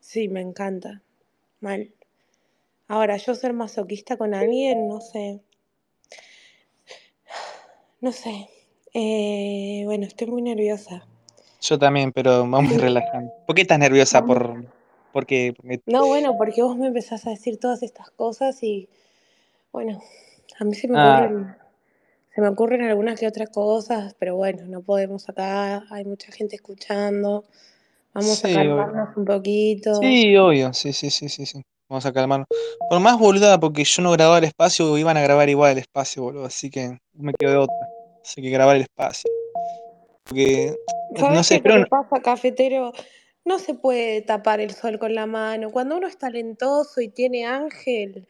S2: Sí, me encanta. Mal. Ahora, yo ser masoquista con alguien, no sé. No sé. Eh, bueno, estoy muy nerviosa.
S1: Yo también, pero vamos relajando. ¿Por qué estás nerviosa? Por, porque, porque
S2: No, bueno, porque vos me empezás a decir todas estas cosas y, bueno, a mí se me
S1: Ah.
S2: ocurren, se me ocurren algunas que otras cosas, pero bueno, no podemos acá, hay mucha gente escuchando. Vamos a
S1: Sí, obvio.
S2: calmarnos un poquito.
S1: Sí, obvio, sí, sí, sí, sí, sí. Vamos a calmarnos. Por más boluda, porque yo no grababa el espacio, iban a grabar igual el espacio, boludo. Así que no me quedo de otra. Así que grabar el espacio. Porque, no
S2: ¿Sabes
S1: sé,
S2: qué es lo
S1: espero.
S2: que pasa, cafetero? No se puede tapar el sol con la mano. Cuando uno es talentoso y tiene ángel,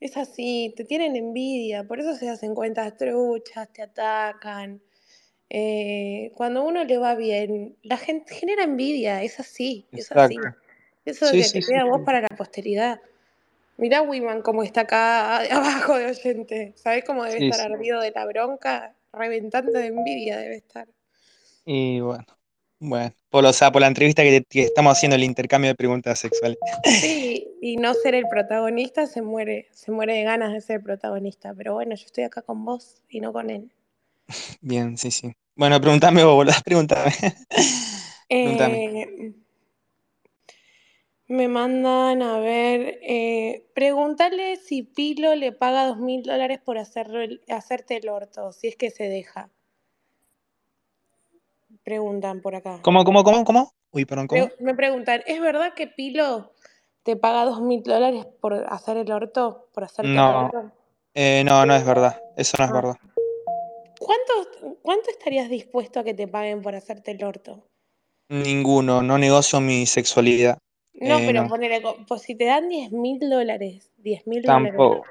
S2: es así, te tienen envidia, por eso se hacen cuentas truchas, te atacan. Eh, cuando a uno le va bien, la gente genera envidia, es así, es así.
S1: Exacto.
S2: Eso
S1: Sí,
S2: que
S1: sí,
S2: te
S1: sí.
S2: queda a vos para la posteridad. Mirá Wiman cómo está acá a- abajo de oyente. ¿Sabés cómo debe
S1: Sí,
S2: estar
S1: sí.
S2: ardido de la bronca? Reventante de envidia debe estar.
S1: Y bueno. Bueno, por, o sea, por la entrevista que, que estamos haciendo, el intercambio de preguntas sexuales.
S2: Sí, y no ser el protagonista se muere, se muere de ganas de ser protagonista. Pero bueno, yo estoy acá con vos y no con él.
S1: Bien, sí, sí. Bueno, preguntame vos, boludo, preguntame. Preguntame.
S2: Eh, me mandan a ver, eh, pregúntale si Pilo le paga dos mil dólares por hacerlo el- hacerte el orto, si es que se deja. Preguntan por acá.
S1: ¿Cómo, cómo, cómo, cómo? Uy, perdón, ¿cómo?
S2: Pre- me preguntan, ¿es verdad que Pilo te paga dos mil dólares por hacer el orto, por hacerte el
S1: No,
S2: orto?
S1: eh, no, no es verdad. Eso no es
S2: Ah.
S1: verdad.
S2: ¿Cuánto, cuánto estarías dispuesto a que te paguen por hacerte el orto?
S1: Ninguno, no negocio mi sexualidad.
S2: No,
S1: Eh,
S2: pero
S1: no,
S2: ponele, co- pues si te dan 10 mil dólares, 10 mil dólares,
S1: tampoco.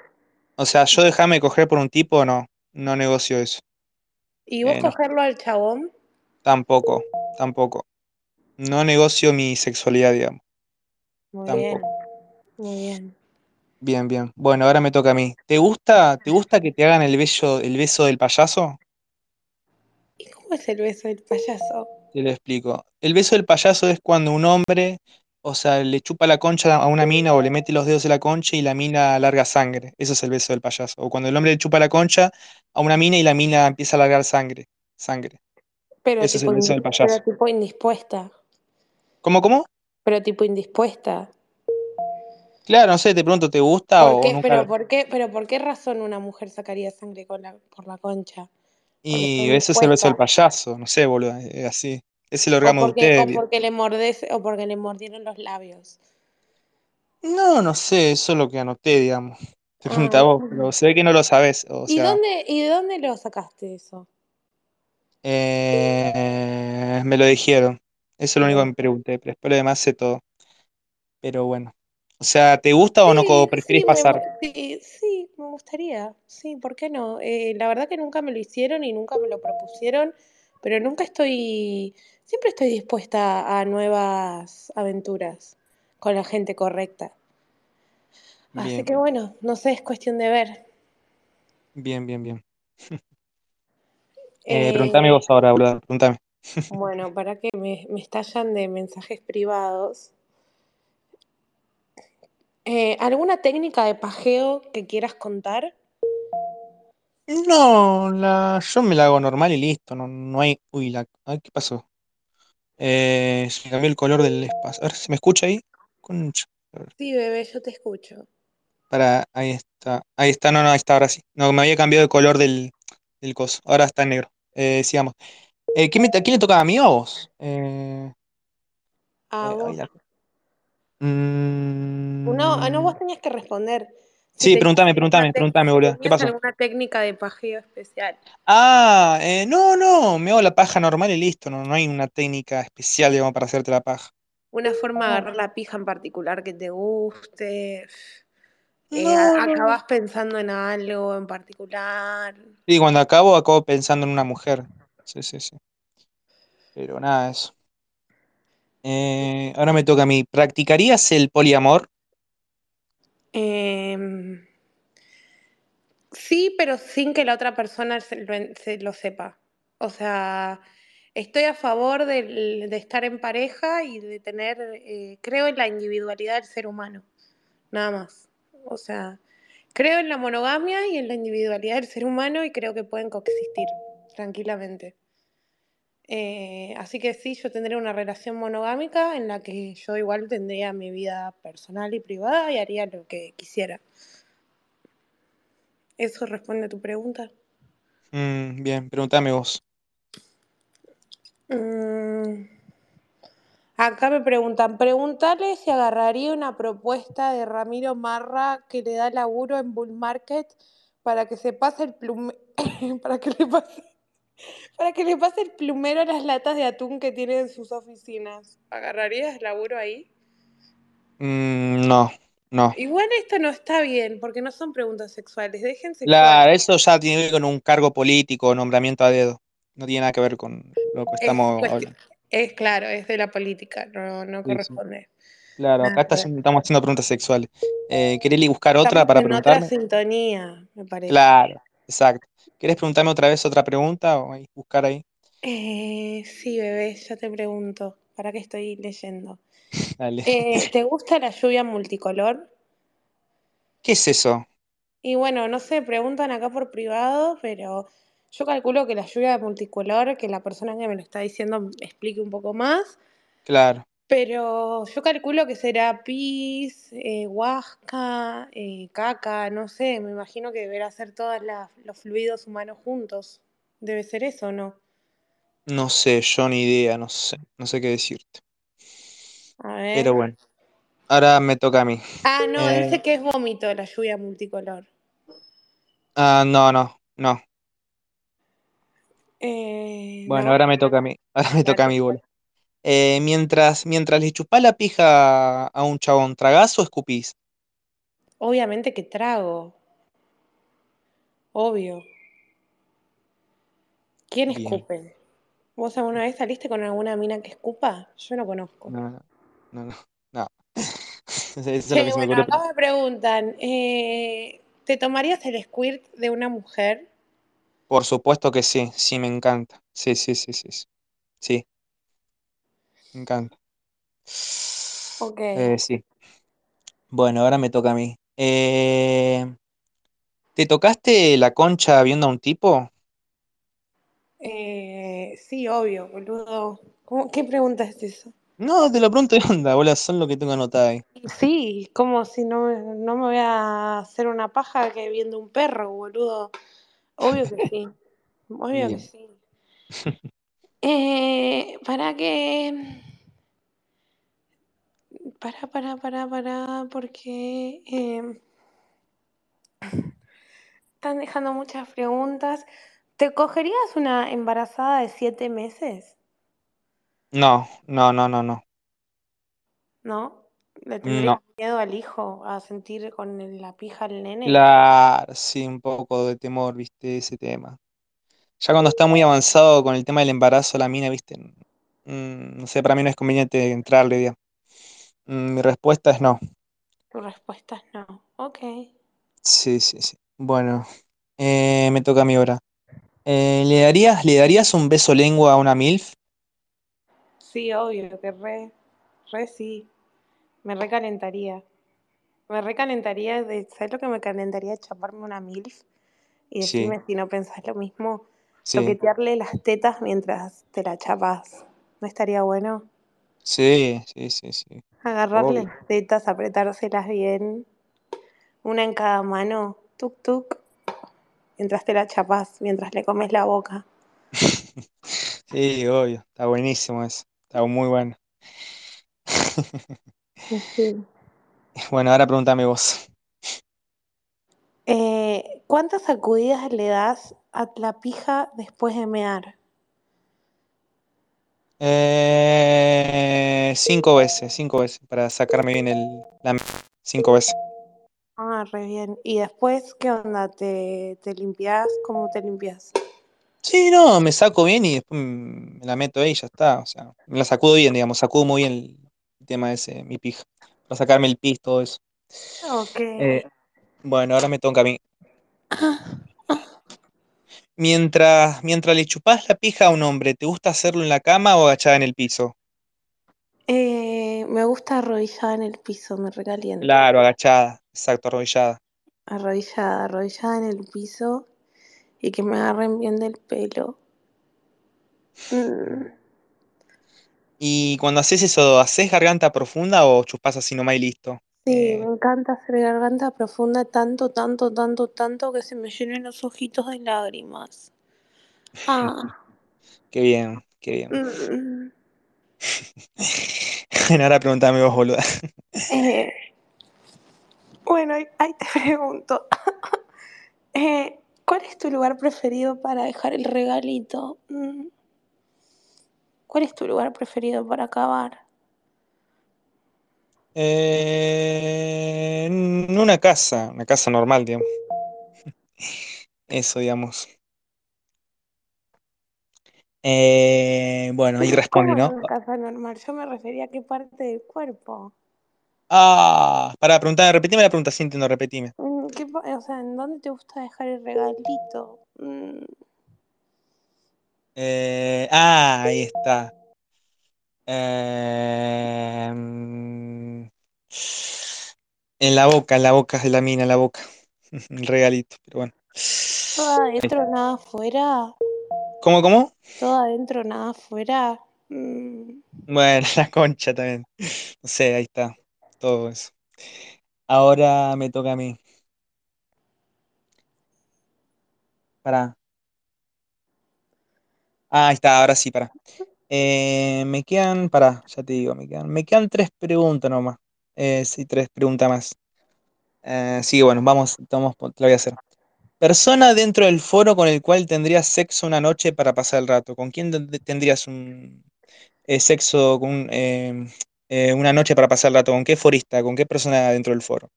S1: O sea, yo dejarme coger por un tipo, no, no negocio eso.
S2: y vos
S1: Eh, no,
S2: cogerlo al chabón,
S1: tampoco, tampoco. No negocio mi sexualidad, digamos,
S2: muy bien,
S1: tampoco.
S2: muy bien.
S1: Bien, bien. Bueno, ahora me toca a mí. ¿Te gusta, te gusta que te hagan el bello, el beso del payaso?
S2: ¿Y cómo es el beso del payaso?
S1: Te lo explico. El beso del payaso es cuando un hombre, o sea, le chupa la concha a una mina o le mete los dedos en la concha y la mina larga sangre. Eso es el beso del payaso. O cuando el hombre le chupa la concha a una mina y la mina empieza a largar sangre. Sangre.
S2: Pero
S1: Eso es
S2: tipo,
S1: el beso
S2: indi-
S1: del
S2: pero
S1: payaso.
S2: tipo indispuesta,
S1: ¿Cómo, cómo?
S2: pero tipo indispuesta.
S1: Claro, no sé, te pregunto, ¿te gusta
S2: ¿Por
S1: Ah, o, o
S2: qué? Pero
S1: nunca?
S2: por qué, pero por qué razón una mujer sacaría sangre con la, por la concha? Porque está
S1: Y eso es el beso del
S2: indispuesta.
S1: payaso. No sé, boludo, eh, así. Es el
S2: O
S1: orgasmo de
S2: porque, o
S1: ustedes. digo.
S2: porque le mordes, o porque le mordieron los labios.
S1: No, no sé, eso es lo que anoté, digamos. Te pregunto a
S2: Ah.
S1: vos, pero se ve que no lo sabés. O
S2: ¿Y
S1: sea,
S2: dónde, y de dónde lo sacaste eso?
S1: eh, me lo dijeron. Eso es lo único que
S2: Bien.
S1: me pregunté, pero después lo demás sé todo. Pero bueno. O sea, ¿te gusta o no co-
S2: Sí,
S1: preferís
S2: sí, me, gu-
S1: pasar?
S2: sí, sí, me gustaría. Sí, ¿por qué no? Eh, la verdad que nunca me lo hicieron y nunca me lo propusieron, pero nunca estoy, siempre estoy dispuesta a nuevas aventuras con la gente correcta. Así
S1: Bien,
S2: que bueno, no sé, es cuestión de ver.
S1: bien, bien, bien. Eh, preguntame
S2: Eh,
S1: vos ahora, boludo, preguntame.
S2: bueno, para que me, me estallan de mensajes privados. Eh, ¿alguna técnica de pajeo que quieras contar?
S1: No, la, yo me la hago normal y listo. No, no hay. Uy, la, ay, ¿qué pasó? Eh, se me cambió el color del espacio. A ver, ¿se me escucha ahí? Concha. A ver,
S2: Sí, bebé, yo te escucho.
S1: Pará, ahí está. Ahí está, no, no, ahí está, ahora sí. No, me había cambiado el color del, del coso. Ahora está en negro. Eh, sigamos. Eh, ¿quién me- ¿a quién le tocaba a mí o a vos? Eh,
S2: A
S1: eh, ay,
S2: vos.
S1: la-
S2: No, ah,
S1: Mm,
S2: no, ah, vos tenías que responder.
S1: Sí, preguntame, preguntame, preguntame, boludo. ¿Qué
S2: ¿Tenías
S1: pasó?
S2: alguna técnica de pajeo especial?
S1: Ah, eh, no, no, me hago la paja normal y listo. No, no hay una técnica especial, digamos, para hacerte la paja.
S2: ¿Una forma de agarrar la pija en particular que te guste? Eh,
S1: No,
S2: a-
S1: no.
S2: ¿Acabás pensando en algo en particular?
S1: Sí, cuando acabo, acabo pensando en una mujer. Sí, sí, sí. Pero nada, eso. Eh, ahora me toca a mí. ¿Practicarías el poliamor?
S2: Em, Sí, pero sin que la otra persona se lo, en- se lo sepa. O sea, estoy a favor del- de, estar en pareja y de tener, eh, creo en la individualidad del ser humano, nada más. O sea, creo en la monogamia y en la individualidad del ser humano y creo que pueden coexistir tranquilamente. Eh, así que sí, yo tendría una relación monogámica en la que yo igual tendría mi vida personal y privada y haría lo que quisiera. ¿Eso responde a tu pregunta?
S1: Mm, bien, pregúntame vos.
S2: Mm, Acá me preguntan, pregúntale si agarraría una propuesta de Ramiro Marra que le da laburo en Bull Market para que se pase el plume- para que le pase, para que le pase el plumero a las latas de atún que tiene en sus oficinas. ¿Agarrarías laburo ahí?
S1: Mm, no, no.
S2: Igual esto no está bien, porque no son preguntas sexuales, dejen
S1: Claro,
S2: sexuales.
S1: eso ya tiene que ver con un cargo político, nombramiento a dedo. No tiene nada que ver con lo que
S2: Es,
S1: estamos
S2: cuestión-
S1: hablando.
S2: es claro, es de la política, no, no
S1: Sí, sí.
S2: corresponde.
S1: Claro,
S2: Nada
S1: acá está
S2: que ver.
S1: haciendo- estamos haciendo preguntas sexuales. Eh, ¿querés ir buscar otra
S2: Estamos
S1: para
S2: en otra
S1: preguntarme?
S2: sintonía, me parece.
S1: Claro, exacto. ¿Querés preguntarme otra vez otra pregunta o ahí- buscar ahí?
S2: Eh, sí, bebé, ya te pregunto, ¿para qué estoy leyendo?
S1: Dale.
S2: Eh, ¿te gusta la lluvia multicolor?
S1: ¿Qué es eso?
S2: Y bueno, no sé, preguntan acá por privado, pero yo calculo que la lluvia multicolor, que la persona que me lo está diciendo me explique un poco más,
S1: Claro.
S2: pero yo calculo que será pis, eh, huasca, eh, caca, no sé, me imagino que deberá ser todos los fluidos humanos juntos. Debe ser eso, ¿no?
S1: No sé, yo ni idea, no sé. No sé qué decirte.
S2: A ver.
S1: Pero bueno, ahora me toca a mí.
S2: Ah, no,
S1: Eh,
S2: dice que es vómito la lluvia multicolor.
S1: ah, no, no, no.
S2: Eh,
S1: Bueno,
S2: no,
S1: ahora me toca a mí. Ahora me toca a
S2: dale.
S1: mí, boludo. Eh, mientras, mientras le chupás la pija a un chabón, ¿tragás o escupís?
S2: Obviamente que trago, obvio. ¿Quién
S1: Bien.
S2: escupe? ¿Vos alguna vez saliste con alguna mina que escupa? Yo no conozco.
S1: No, no, no, no. no. Eso es lo que
S2: Che,
S1: se me
S2: bueno,
S1: ocurrió.
S2: acá me preguntan, eh, ¿te tomarías el squirt de una mujer?
S1: Por supuesto que sí, sí, me encanta. Sí, sí, sí, sí. Sí, Sí, me encanta.
S2: Ok.
S1: Eh, sí. Bueno, ahora me toca a mí. Eh, ¿te tocaste la concha viendo a un tipo?
S2: Eh, sí, obvio, boludo. ¿Cómo- ¿Qué pregunta es esa?
S1: No, te lo pregunto de onda, boludo, son lo que tengo anotado ahí.
S2: Y Sí, como si no, me- no me voy a hacer una paja que viendo un perro, boludo. Obvio que sí, obvio que
S1: Bien.
S2: sí. Eh, para que. Para, para, para, para, porque em, están dejando muchas preguntas. ¿Te cogerías una embarazada de siete meses?
S1: No, no, no, no, no.
S2: ¿No? ¿Le tendrías
S1: No.
S2: miedo al hijo a sentir con el- la pija al nene?
S1: Claro, sí, un poco de temor, viste, ese tema. Ya cuando está muy avanzado con el tema del embarazo, la mina, viste, n- mm, no sé, para mí no es conveniente entrarle, digamos. Mm, Mi respuesta es no.
S2: Tu respuesta es no. Ok.
S1: Sí, sí, sí. Bueno, eh, me toca a mí ahora. Eh, ¿le darías, le darías un beso lengua a una MILF?
S2: Sí, obvio, que re, re sí. Me recalentaría. Me recalentaría, de, ¿sabes lo que me calentaría? Chaparme una MILF y
S1: Sí,
S2: decirme si no pensás lo mismo,
S1: sí,
S2: toquetearle las tetas mientras te la chapas. ¿No estaría bueno?
S1: sí, sí, sí, sí.
S2: Agarrarle
S1: Obvio.
S2: las tetas, apretárselas bien, una en cada mano, tuk tuk, mientras te la chapas, mientras le comes la boca.
S1: Sí, obvio. Está buenísimo eso. Está muy bueno.
S2: Sí.
S1: Bueno, ahora pregúntame vos.
S2: Eh, ¿Cuántas sacudidas le das a la pija después de mear?
S1: Eh, cinco veces, cinco veces, para sacarme bien el, la m- cinco veces.
S2: Ah, re bien. ¿Y después qué onda? ¿Te, te limpiás? ¿Cómo te limpias?
S1: Sí, no, me saco bien y después me la meto ahí y ya está. O sea, me la sacudo bien, digamos, sacudo muy bien el tema ese, mi pija, para sacarme el pis, todo eso.
S2: Ok.
S1: Eh, bueno, ahora me toca a mí. Mientras, mientras le chupás la pija a un hombre, ¿te gusta hacerlo en la cama o agachada en el piso?
S2: Eh, me gusta arrodillada en el piso, me recalienta.
S1: Claro, agachada, exacto, arrodillada.
S2: Arrodillada, arrodillada en el piso y que me agarren bien del pelo. Mm.
S1: Y cuando haces eso, ¿haces garganta profunda o chupás así nomás y listo?
S2: Sí,
S1: Eh,
S2: me encanta hacer garganta profunda tanto, tanto, tanto, tanto que se me llenen los ojitos de lágrimas. Ah.
S1: qué bien, qué bien.
S2: mm.
S1: Bueno, ahora preguntame vos, boluda.
S2: Eh, bueno, ahí ahí te pregunto. Eh, ¿cuál es tu lugar preferido para dejar el regalito? Mm, ¿Cuál es tu lugar preferido para acabar?
S1: Eh, en una casa, una casa normal, digamos. Eso, digamos. Eh, bueno, ahí responde,
S2: ¿Cómo en
S1: ¿no?
S2: una casa normal? Yo me refería a qué parte del cuerpo.
S1: Ah, pará, preguntame, repetime la pregunta, sí entiendo, repetime.
S2: Mm, ¿qué pa- o sea, ¿en dónde te gusta dejar el regalito? Mm,
S1: Eh, ah, ahí está. Eh, mm, en la boca, en la boca de la mina, en la boca. El regalito, pero bueno.
S2: ¿todo adentro, nada afuera?
S1: ¿Cómo, cómo?
S2: ¿Todo adentro, nada afuera? Mm,
S1: Bueno, la concha también. No sé, ahí está. Todo eso. Ahora me toca a mí. Pará. Ah, ahí está, ahora sí, pará. Eh, me quedan, pará, ya te digo, me quedan. Me quedan tres preguntas nomás. Eh, sí, tres preguntas más. Eh, sí, bueno, vamos, vamos, po- te la voy a hacer. Persona dentro del foro con el cual tendrías sexo una noche para pasar el rato. ¿Con quién ten- tendrías un eh, sexo con, un, eh, eh, una noche para pasar el rato? ¿Con qué forista? ¿Con qué persona dentro del foro?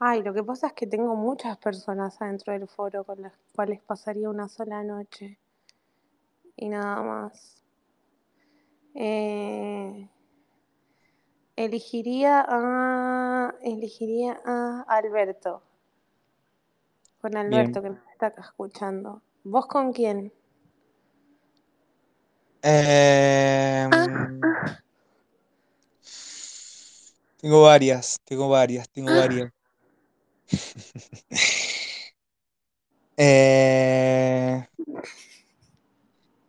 S2: Ay, lo que pasa es que tengo muchas personas adentro del foro con las cuales pasaría una sola noche y nada más. Eh, Elegiría a, elegiría a Alberto, con
S1: Bien.
S2: Alberto que nos está acá escuchando. ¿Vos con quién?
S1: Em, tengo varias, tengo varias, tengo varias. Eh,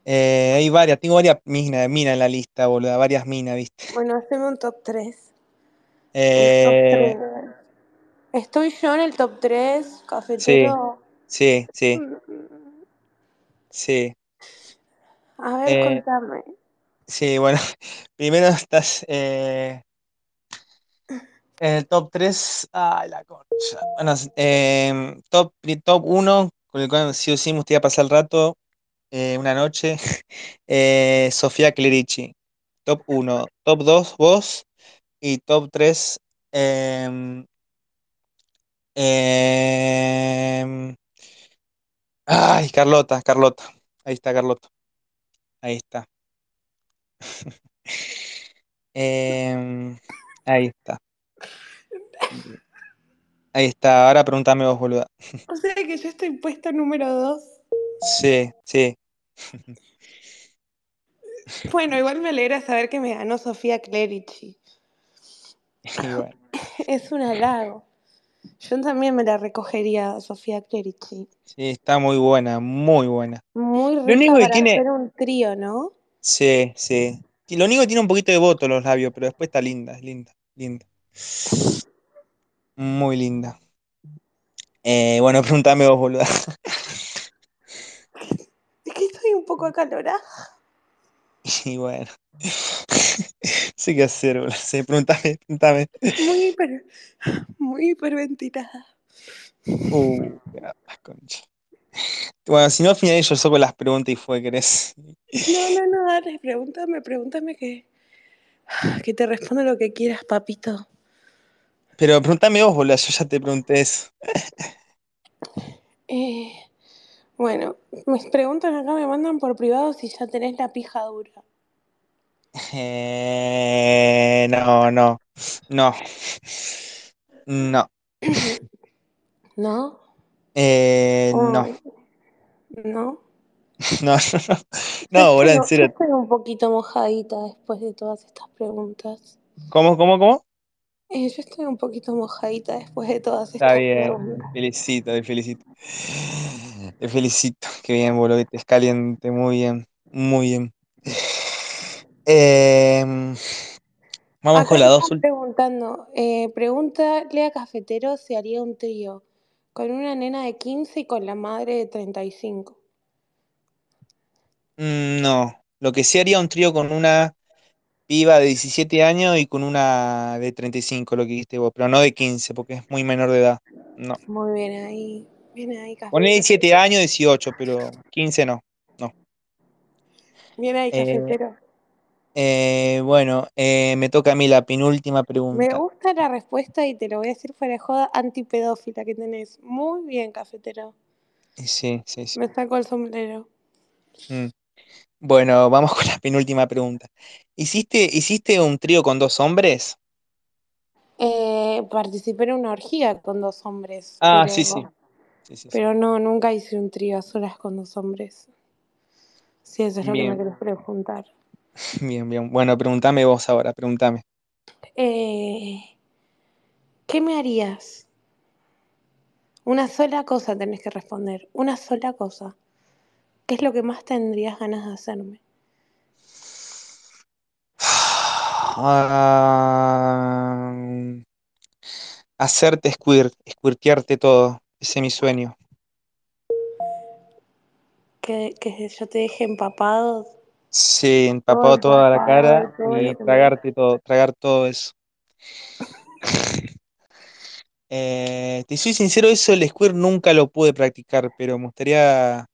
S1: eh, hay varias, tengo varias minas mina en la lista, boludo, varias minas, ¿viste?
S2: Bueno, haceme un top 3. Un top
S1: Eh,
S2: 3. ¿Estoy yo en el top 3,
S1: sí,
S2: cafetero?
S1: sí, sí,
S2: Mm,
S1: sí.
S2: A ver,
S1: Eh,
S2: contame.
S1: sí, bueno, primero estás eh, en el top 3. Ay, la concha. Bueno, s- em, top, pri- top 1, con el cual sí o sí me gustaría pasar el rato, eh, una noche. eh, Sofía Clerici. Top 1. Top 2, vos. Y top 3, em, em, Ay, Carlota, Carlota. Ahí está, Carlota. Ahí está. Em, ahí está. Ahí está. Ahora pregúntame vos, boluda.
S2: O sea que yo estoy puesto número 2.
S1: Sí, sí.
S2: Bueno, igual me alegra saber que me ganó Sofía Clerici.
S1: Y bueno,
S2: Es un halago. Yo también me la recogería a Sofía Clerici.
S1: sí, está muy buena, muy buena.
S2: Muy
S1: Lo
S2: rica
S1: único que
S2: para
S1: tiene.
S2: hacer un trío, ¿no?
S1: Sí, sí. Y Lo único que tiene un poquito de voto los labios, pero después está linda, es linda, linda. Muy linda. Eh, bueno, pregúntame vos, boluda.
S2: Es que estoy un poco acalorada.
S1: Y bueno. Sí, qué hacer, boluda. Sí, pregúntame, pregúntame.
S2: Muy hiper, muy hiperventilada.
S1: Uh, la concha. Bueno, si no, al final yo soco las preguntas y fue, ¿querés?
S2: No, no, no, dale, pregúntame, pregúntame que, que te respondo lo que quieras, papito.
S1: Pero pregúntame vos, boludo, yo ya te pregunté eso.
S2: Eh, bueno, mis preguntas acá me mandan por privado si ya tenés la pija dura.
S1: Eh, no, no, no, no,
S2: ¿No?
S1: eh, no,
S2: Ay, Oh, ¿No?
S1: no, no, no, boludo, en
S2: Bueno, yo
S1: serio.
S2: estoy un poquito mojadita después de todas estas preguntas.
S1: ¿Cómo, cómo, cómo?
S2: Eh, yo estoy un poquito mojadita después de todas
S1: Está
S2: estas
S1: bien,
S2: preguntas.
S1: te felicito, te felicito. Te felicito, qué bien, boludo, que estés caliente, muy bien, muy bien. Em, vamos
S2: Acá
S1: con
S2: me
S1: la dos
S2: están
S1: últimas.
S2: preguntando, eh, pregúntale a Cafetero si haría un trío con una nena de 15 y con la madre de 35.
S1: Mm, No, lo que sí haría un trío con una piba de 17 años y con una de 35, lo que dijiste vos, pero no de 15, porque es muy menor de edad. No.
S2: Muy bien ahí, bien ahí,
S1: Ponle
S2: Cafetero.
S1: 17 años, 18, pero 15 no. No.
S2: Bien ahí,
S1: Eh,
S2: Cafetero.
S1: eh, bueno, eh, me toca a mí la penúltima
S2: Me
S1: pregunta.
S2: gusta la respuesta y te lo voy a decir fuera de joda, antipedófila que tenés. Muy bien, Cafetero.
S1: Sí, sí, sí.
S2: Me saco el sombrero.
S1: Mm. Bueno, vamos con la penúltima pregunta. ¿Hiciste, hiciste un trío con dos hombres?
S2: Eh, participé en una orgía con dos hombres,
S1: Ah, sí, sí.
S2: pero,
S1: Sí, sí, sí.
S2: pero no, nunca hice un trío a solas con dos hombres. Si eso es lo que me
S1: Bien,
S2: querés preguntar.
S1: bien, bien. Bueno, pregúntame vos ahora, pregúntame.
S2: Eh, ¿qué me harías? Una sola cosa tenés que responder, una sola cosa. ¿Qué es lo que más tendrías ganas de hacerme?
S1: Ah, hacerte squirt, squirtearte todo. Ese es mi sueño.
S2: Que, que yo te deje empapado,
S1: Sí,
S2: todo
S1: empapado toda la
S2: empapado
S1: cara
S2: de todo lo
S1: y
S2: que me...
S1: tragarte todo, tragar todo eso. Eh, te soy sincero, eso del squirt nunca lo pude practicar, pero me gustaría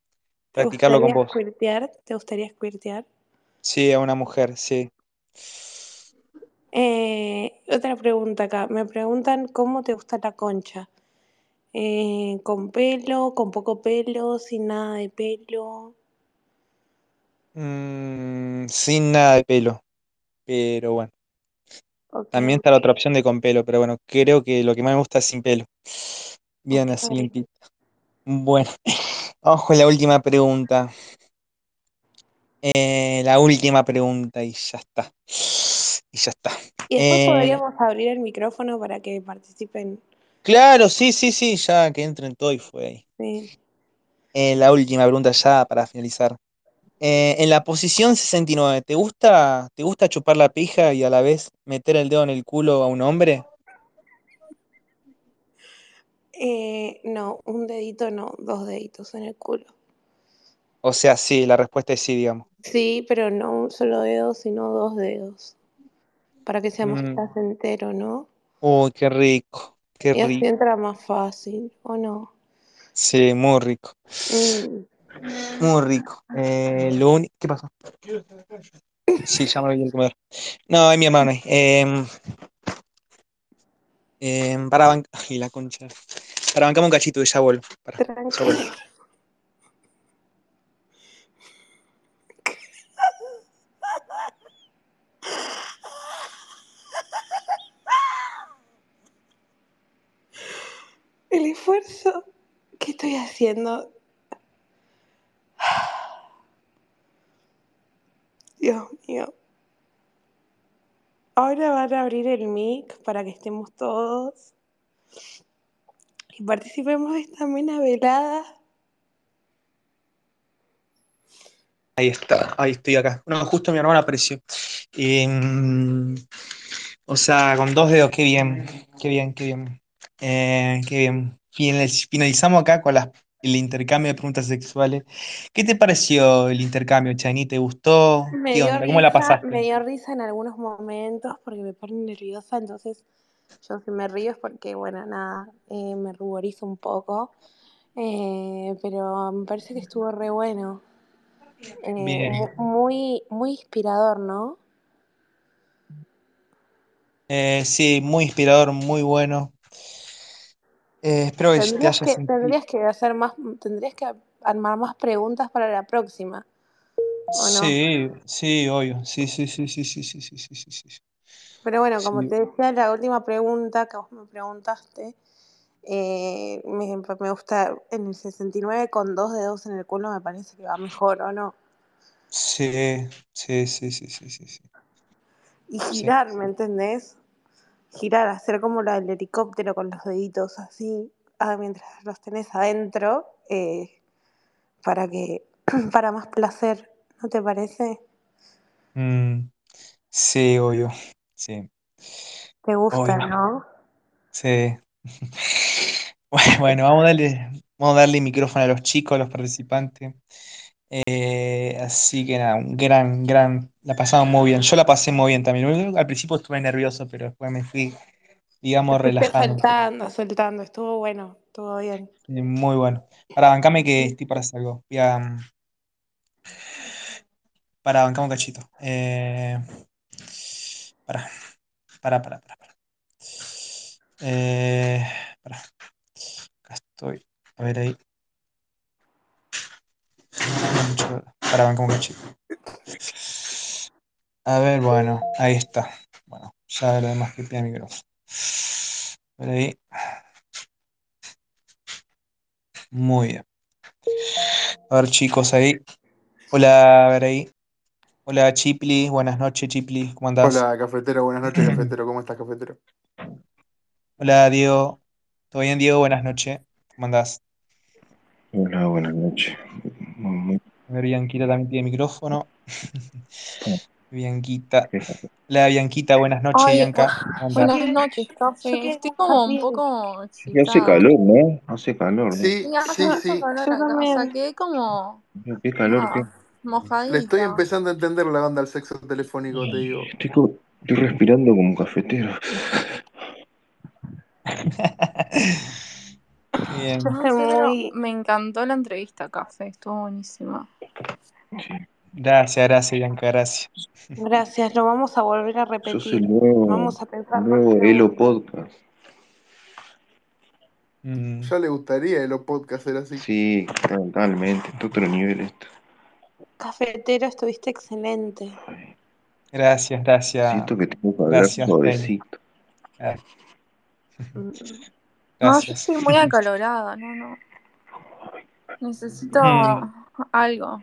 S2: ¿Te
S1: practicarlo con
S2: gustaría
S1: vos.
S2: squirtear? ¿Te gustaría squirtear?
S1: Sí, a una mujer, sí.
S2: Eh, otra pregunta acá. Me preguntan cómo te gusta la concha. Eh, ¿con pelo, con poco pelo, sin nada de pelo?
S1: Mm, sin nada de pelo, pero bueno.
S2: Ok,
S1: También está la otra opción de con pelo, pero bueno, creo que lo que más me gusta es sin pelo. Bien, así
S2: ok.
S1: limpito. Bueno, vamos con la última pregunta. Eh, la última pregunta y ya está. Y ya está.
S2: Y después
S1: Eh,
S2: podríamos abrir el micrófono para que participen.
S1: claro, sí, sí, sí, ya que entren todo y fue ahí.
S2: Sí.
S1: Eh, la última pregunta ya para finalizar. Eh, en la posición 69, ¿te gusta, te gusta chupar la pija y a la vez meter el dedo en el culo a un hombre?
S2: Eh, no, un dedito no, dos deditos en el culo.
S1: O sea, sí, la respuesta es sí, digamos.
S2: Sí, pero no un solo dedo, sino dos dedos. Para que sea más
S1: Mm.
S2: placentero, ¿no?
S1: Uy, qué rico, qué
S2: Y así
S1: rico.
S2: entra más fácil, ¿o no?
S1: Sí, muy rico,
S2: Mm.
S1: muy rico. Eh, lo uni- ¿Qué pasó? Sí, ya me voy a comer. No, es mi hermano. ahí. Em, em, para bancar. Ay, la concha. Para bancar un cachito y ya vuelvo. Para, ya vuelvo.
S2: Tranquilo. El esfuerzo que estoy haciendo, Dios mío. Ahora van a abrir el mic para que estemos todos y participemos de esta amena velada.
S1: Ahí está, ahí estoy acá. No, justo mi hermano apareció. Em, o sea, con dos dedos, qué bien, qué bien, qué bien. Eh, qué bien. Finaliz- Finalizamos acá con las- el intercambio de preguntas sexuales. ¿Qué te pareció el intercambio, Chani? ¿Te gustó?
S2: Me
S1: ¿Qué
S2: dio
S1: onda? ¿Cómo la
S2: risa, me
S1: pasaste?
S2: dio risa en algunos momentos porque me pone nerviosa, entonces Yo si me río es porque, bueno, nada, eh, me ruborizo un poco. Eh, pero me parece que estuvo re bueno. Eh,
S1: Bien.
S2: mu- muy, muy inspirador, ¿no?
S1: Eh, sí, muy inspirador, muy bueno. Eh, espero que te
S2: Tendrías
S1: hayas
S2: que,
S1: sentido.
S2: tendrías que hacer más, tendrías que armar más preguntas para la próxima, ¿o no?
S1: Sí, sí, obvio. Sí, sí, sí, sí, sí, sí, sí, sí, sí, sí.
S2: Pero bueno, como
S1: Sí.
S2: te decía, la última pregunta que vos me preguntaste, eh, me, me gusta en el 69 con dos dedos en el culo, me parece que va mejor, ¿o no?
S1: Sí, sí, sí, sí, sí, sí, sí.
S2: Y
S1: Sí,
S2: girar, ¿me entendés? Girar, hacer como la del helicóptero con los deditos así, ah, mientras los tenés adentro, eh, para que, para más placer, ¿no te parece?
S1: Mm, sí, obvio. Sí,
S2: Te gusta,
S1: obvio.
S2: ¿no?
S1: Sí. Bueno, bueno, vamos a darle, vamos a darle micrófono a los chicos, a los participantes. Eh, así que nada, un gran, gran. La pasamos muy bien. Yo la pasé muy bien también. Al principio estuve nervioso, pero después me fui, digamos,
S2: Fuiste
S1: relajando un poco.
S2: soltando, soltando, estuvo bueno, estuvo bien.
S1: Eh, Muy bueno. Para bancame que estoy para hacer algo. Voy a, mm, para bancame un cachito. Eh, para, para, para, para, para. Eh, para. Acá estoy. A ver ahí. Para, bancame un cachito. A ver, bueno, ahí está. Bueno, ya lo demás que pida micrófono. A ver ahí. Muy bien. A ver, chicos, ahí. Hola, a ver ahí. Hola, Chipli. Buenas noches, Chipli. ¿Cómo andás?
S3: Hola, cafetero, buenas noches, cafetero, ¿cómo estás, cafetero?
S1: Hola, Diego. ¿Todo bien, Diego? Buenas noches. ¿Cómo andás?
S4: Hola, buenas noches. Mm, Muy
S1: A ver, Bianquita también tiene micrófono.
S4: bien.
S1: Bianquita. Hola, Bianquita. Buenas noches,
S5: Ay, ah,
S1: Bianca. ¿Cómo andás?
S5: buenas noches,
S2: Yo
S5: profe.
S2: quiero
S5: Estoy
S2: estar
S5: como un
S2: bien.
S5: poco
S4: Y hace
S5: excitada.
S4: calor, ¿no? Hace calor, ¿no?
S3: Sí,
S5: Y hace
S3: sí,
S5: mucho
S3: sí,
S5: calor
S2: Yo
S5: acá, o sea,
S2: también.
S5: quedé como
S4: Qué
S2: Ah.
S4: calor, qué.
S5: nada,
S3: le estoy
S5: mojadita.
S3: empezando a entender la onda al sexo telefónico, te digo.
S4: Estoy, co- estoy respirando como un cafetero.
S1: Bien.
S2: Estoy
S5: No sé, pero
S2: muy,
S5: me encantó la entrevista acá, Fe, estuvo buenísima.
S4: Sí.
S1: Gracias, gracias, Bianca. Gracias.
S2: gracias, lo vamos a volver a
S4: Sos el
S2: repetir.
S4: nuevo,
S2: Vamos a
S4: el
S2: pensar más
S4: nuevo Elo
S2: preguntas.
S4: Podcast.
S1: Mm,
S3: Ya le gustaría de los podcasts ser así.
S4: Sí, totalmente. Está a otro nivel esto.
S2: Cafetero, estuviste excelente.
S1: Gracias, gracias.
S4: Siento que tengo que hablar
S1: Gracias, Feli.
S4: suavecito.
S1: Gra-
S2: Mm.
S4: Ah,
S5: No, yo
S1: Gracias.
S5: estoy muy acalorada, no, no. Necesito
S1: Mm,
S5: algo.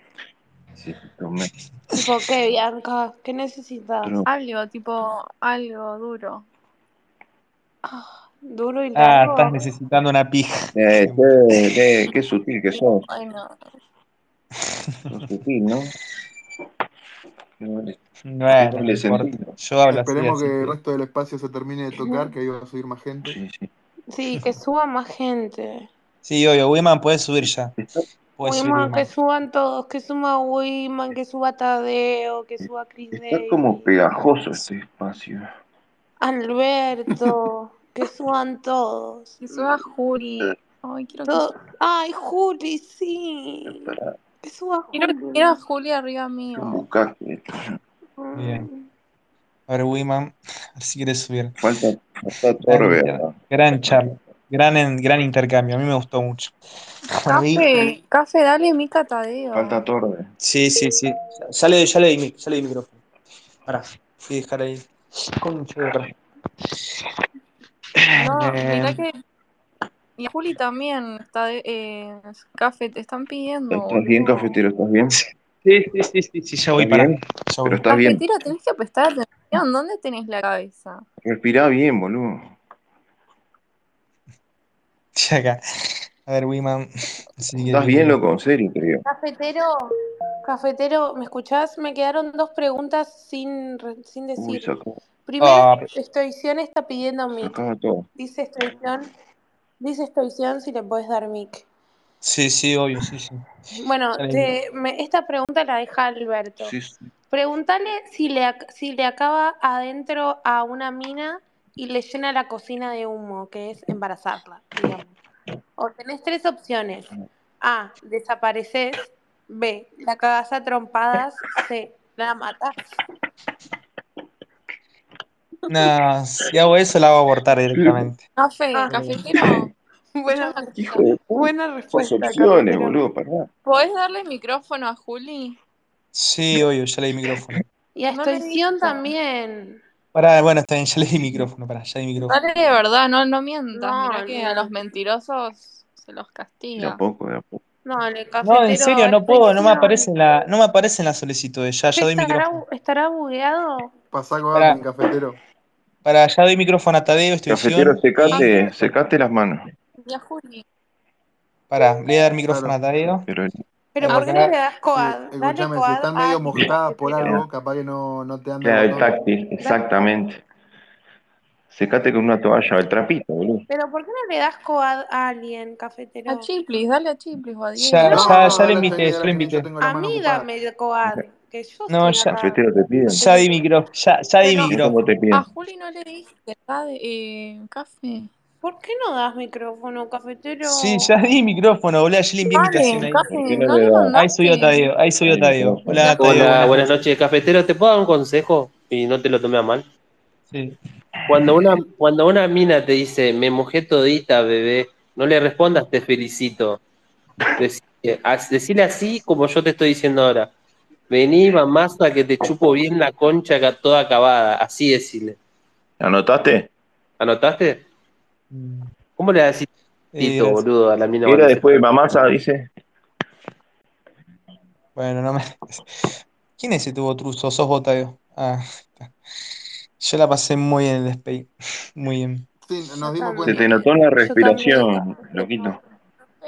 S4: Necesito más
S2: Tipo, ¿qué, Bianca? ¿Qué necesitas?
S4: tro-
S5: Algo, tipo, algo duro.
S2: Ah, ¿Duro y
S1: Ah, estás
S2: largo?
S1: necesitando una pija.
S4: Eh,
S1: Siempre.
S4: qué, qué- qué sutil que sos.
S5: Bueno,
S4: Sos sutil, ¿no? Qué doble, qué
S1: Bueno, no
S4: doble
S1: importa.
S4: sentido.
S1: Yo hablo así,
S3: Esperemos
S1: así
S3: que el
S1: que.
S3: resto del espacio se termine de tocar, que ahí va a subir más gente.
S4: Sí, sí.
S2: Sí, que suba más gente.
S1: Sí, obvio. Wiman, puedes subir ya. Puedes subir,
S2: Wiman, que
S1: Wiman.
S2: suban todos, que suba Wiman, que suba Tadeo, que suba Chris
S4: Está como
S2: Davis,
S4: pegajoso este espacio.
S2: Alberto, que suban todos.
S5: que suba Juli. Ay, quiero que
S2: Todo- Ay, Juli, sí.
S4: Para,
S2: Que suba
S5: Quiero, quiero a
S2: Juli.
S5: Juli arriba
S4: es
S5: mío.
S4: un bucaque esto.
S1: Bien.
S2: Mm.
S1: A ver, Wiman, a ver si quieres subir.
S4: Falta, falta
S1: Gran,
S4: Torbe
S1: inter-
S4: acá.
S1: gran charla. Gran, en- gran intercambio. A mí me gustó mucho.
S6: Ah,
S1: Por ahí.
S5: Café, café, dale mi catadeo.
S4: Falta Torbe.
S1: Sí, sí, sí. Ya le, ya le di, mi- ya le di micrófono. Pará. Voy a dejar ahí. Concha de pará.
S5: No,
S1: Eh,
S5: mirá que. Y a Juli también está de, eh, café, te están pidiendo,
S4: ¿Estás bien,
S5: boludo.
S4: cafetero? ¿Estás bien?
S1: sí, sí, sí, sí, sí, ya voy
S4: ¿Estás
S1: para.
S4: bien?
S1: Ya
S4: Pero
S1: voy.
S4: estás bien.
S5: Cafetero, tenés que prestar atención. ¿Dónde tenés la cabeza?
S4: Respirá bien, boludo.
S1: Ya acá. A ver, Wiman. Si quieres
S4: ¿Estás
S1: subir,
S4: bien,
S1: Wiman.
S4: loco? En serio, creo.
S2: Cafetero, cafetero, ¿me escuchás? Me quedaron dos preguntas sin, re- sin
S4: Uy,
S2: decir.
S4: sacaba,
S2: Primero,
S1: Ah, pero-
S2: Estoición está pidiendo mic.
S4: sacaba todo.
S2: Dice Estoición, dice Estoición si le puedes dar mic.
S1: sí, sí, obvio, sí, sí.
S2: Bueno,
S1: Ya le di.
S2: te- me- esta pregunta la deja Alberto.
S4: Sí, sí.
S2: Pregúntale si le, ac- si le acaba adentro a una mina y le llena la cocina de humo, que es embarazarla, digamos. O tenés tres opciones. A, desapareces. B, la cagás a trompadas. C, la matas.
S1: No, si hago eso la hago a abortar directamente.
S5: Café,
S2: Ah.
S5: cafetero.
S2: Buena,
S4: Hijo de puta.
S2: buena
S4: Esas
S2: respuesta.
S4: opciones,
S2: Carlos,
S4: boludo, pará.
S5: ¿Podés darle el micrófono a Juli?
S1: Sí, obvio, ya le di micrófono.
S2: Y a
S5: No le
S2: extensión
S5: gusta.
S2: también.
S1: Pará, bueno, está bien, ya le di micrófono, pará, ya le di micrófono.
S5: Dale de verdad, no, no mientas.
S2: No,
S5: Mirá que
S2: no.
S5: a los mentirosos se los
S4: De a
S5: castiga.
S4: poco, de a poco.
S2: No, el cafetero.
S1: No, en serio, no puedo, no me aparece en la, no me aparece en la solicitud, ya, ya doy
S2: ¿Estará,
S1: micrófono.
S2: estará bugueado?
S3: Pasá con
S1: Pará.
S3: alguien, cafetero.
S1: Pará, ya doy micrófono a Tadeo,
S4: Cafetero,
S1: extensión. y-
S4: secate, secate las manos.
S5: Y a Juli.
S1: Pará, le voy a dar micrófono a Tadeo.
S4: Pero
S2: ¿Pero
S1: Ah,
S2: por qué no
S1: pará.
S2: le das coad?
S3: Sí,
S2: Dale
S3: escuchame, si
S2: coad este
S3: están medio
S2: al
S3: mojadas por
S2: cafetero.
S3: algo, capaz que no, no te anda
S4: Claro,
S3: el
S4: el
S3: botón.
S4: táctil, exactamente. Secate con una toalla, el trapito, boludo.
S2: ¿Pero por qué no le das coad a alguien, cafetero?
S6: Ah,
S5: A Chiplis, dale a Chiplis o a Diego.
S1: Ya, ya,
S3: No, no,
S1: ya
S3: dale,
S1: lo invité,
S3: dale,
S1: ya
S3: dale,
S1: lo
S3: que ni yo
S1: invité.
S3: tengo la mano
S2: Amiga,
S3: ocupada.
S2: me dio coad. Que yo
S1: No,
S2: estoy
S1: ya.
S2: acá.
S4: Cafetero, te piden.
S1: Ya di micrófono, ya, ya di
S2: Pero-
S4: Mirá
S1: micrófono.
S4: cómo te piden.
S5: A
S6: Ah.
S5: Juli no le dijiste, está de eh, café.
S2: ¿Por qué no das micrófono, cafetero?
S1: Sí, ya di micrófono, boludo, ya le envié invitación
S5: Vale,
S1: ahí.
S4: ¿Por qué
S5: café,
S4: no
S5: no
S4: le
S5: le
S4: das?
S5: mandaste.
S1: Ahí subió Tadeo, ahí subió
S4: Ahí,
S1: Tadeo.
S4: micrófono.
S1: Hola,
S7: Hola,
S1: Tadeo.
S7: buenas noches, cafetero. ¿Te puedo dar un consejo? Y no te lo tomé a mal.
S1: Sí.
S7: Cuando una, cuando una mina te dice, me mojé todita, bebé, no le respondas, te felicito. Decile, as- decile así como yo te estoy diciendo ahora. Vení, mamasa, que te chupo bien la concha acá toda acabada. Así decirle.
S4: ¿Anotaste?
S7: ¿Anotaste?
S1: Mm,
S7: ¿Cómo le decís
S1: eh,
S7: tito, boludo, a la mina?
S4: ¿Qué era
S7: cuando se-
S4: después de mamasa, dice?
S1: bueno, no me. ¿Quién es ese tu botruzo? Sos vos, Tadeo. Ah, está. Yo la pasé muy bien en el Spain. Muy bien.
S3: Sí,
S2: Yo
S3: nos dimos
S4: Se
S2: también.
S4: te
S3: cuenta.
S4: notó en la
S2: Yo
S4: respiración, loquito.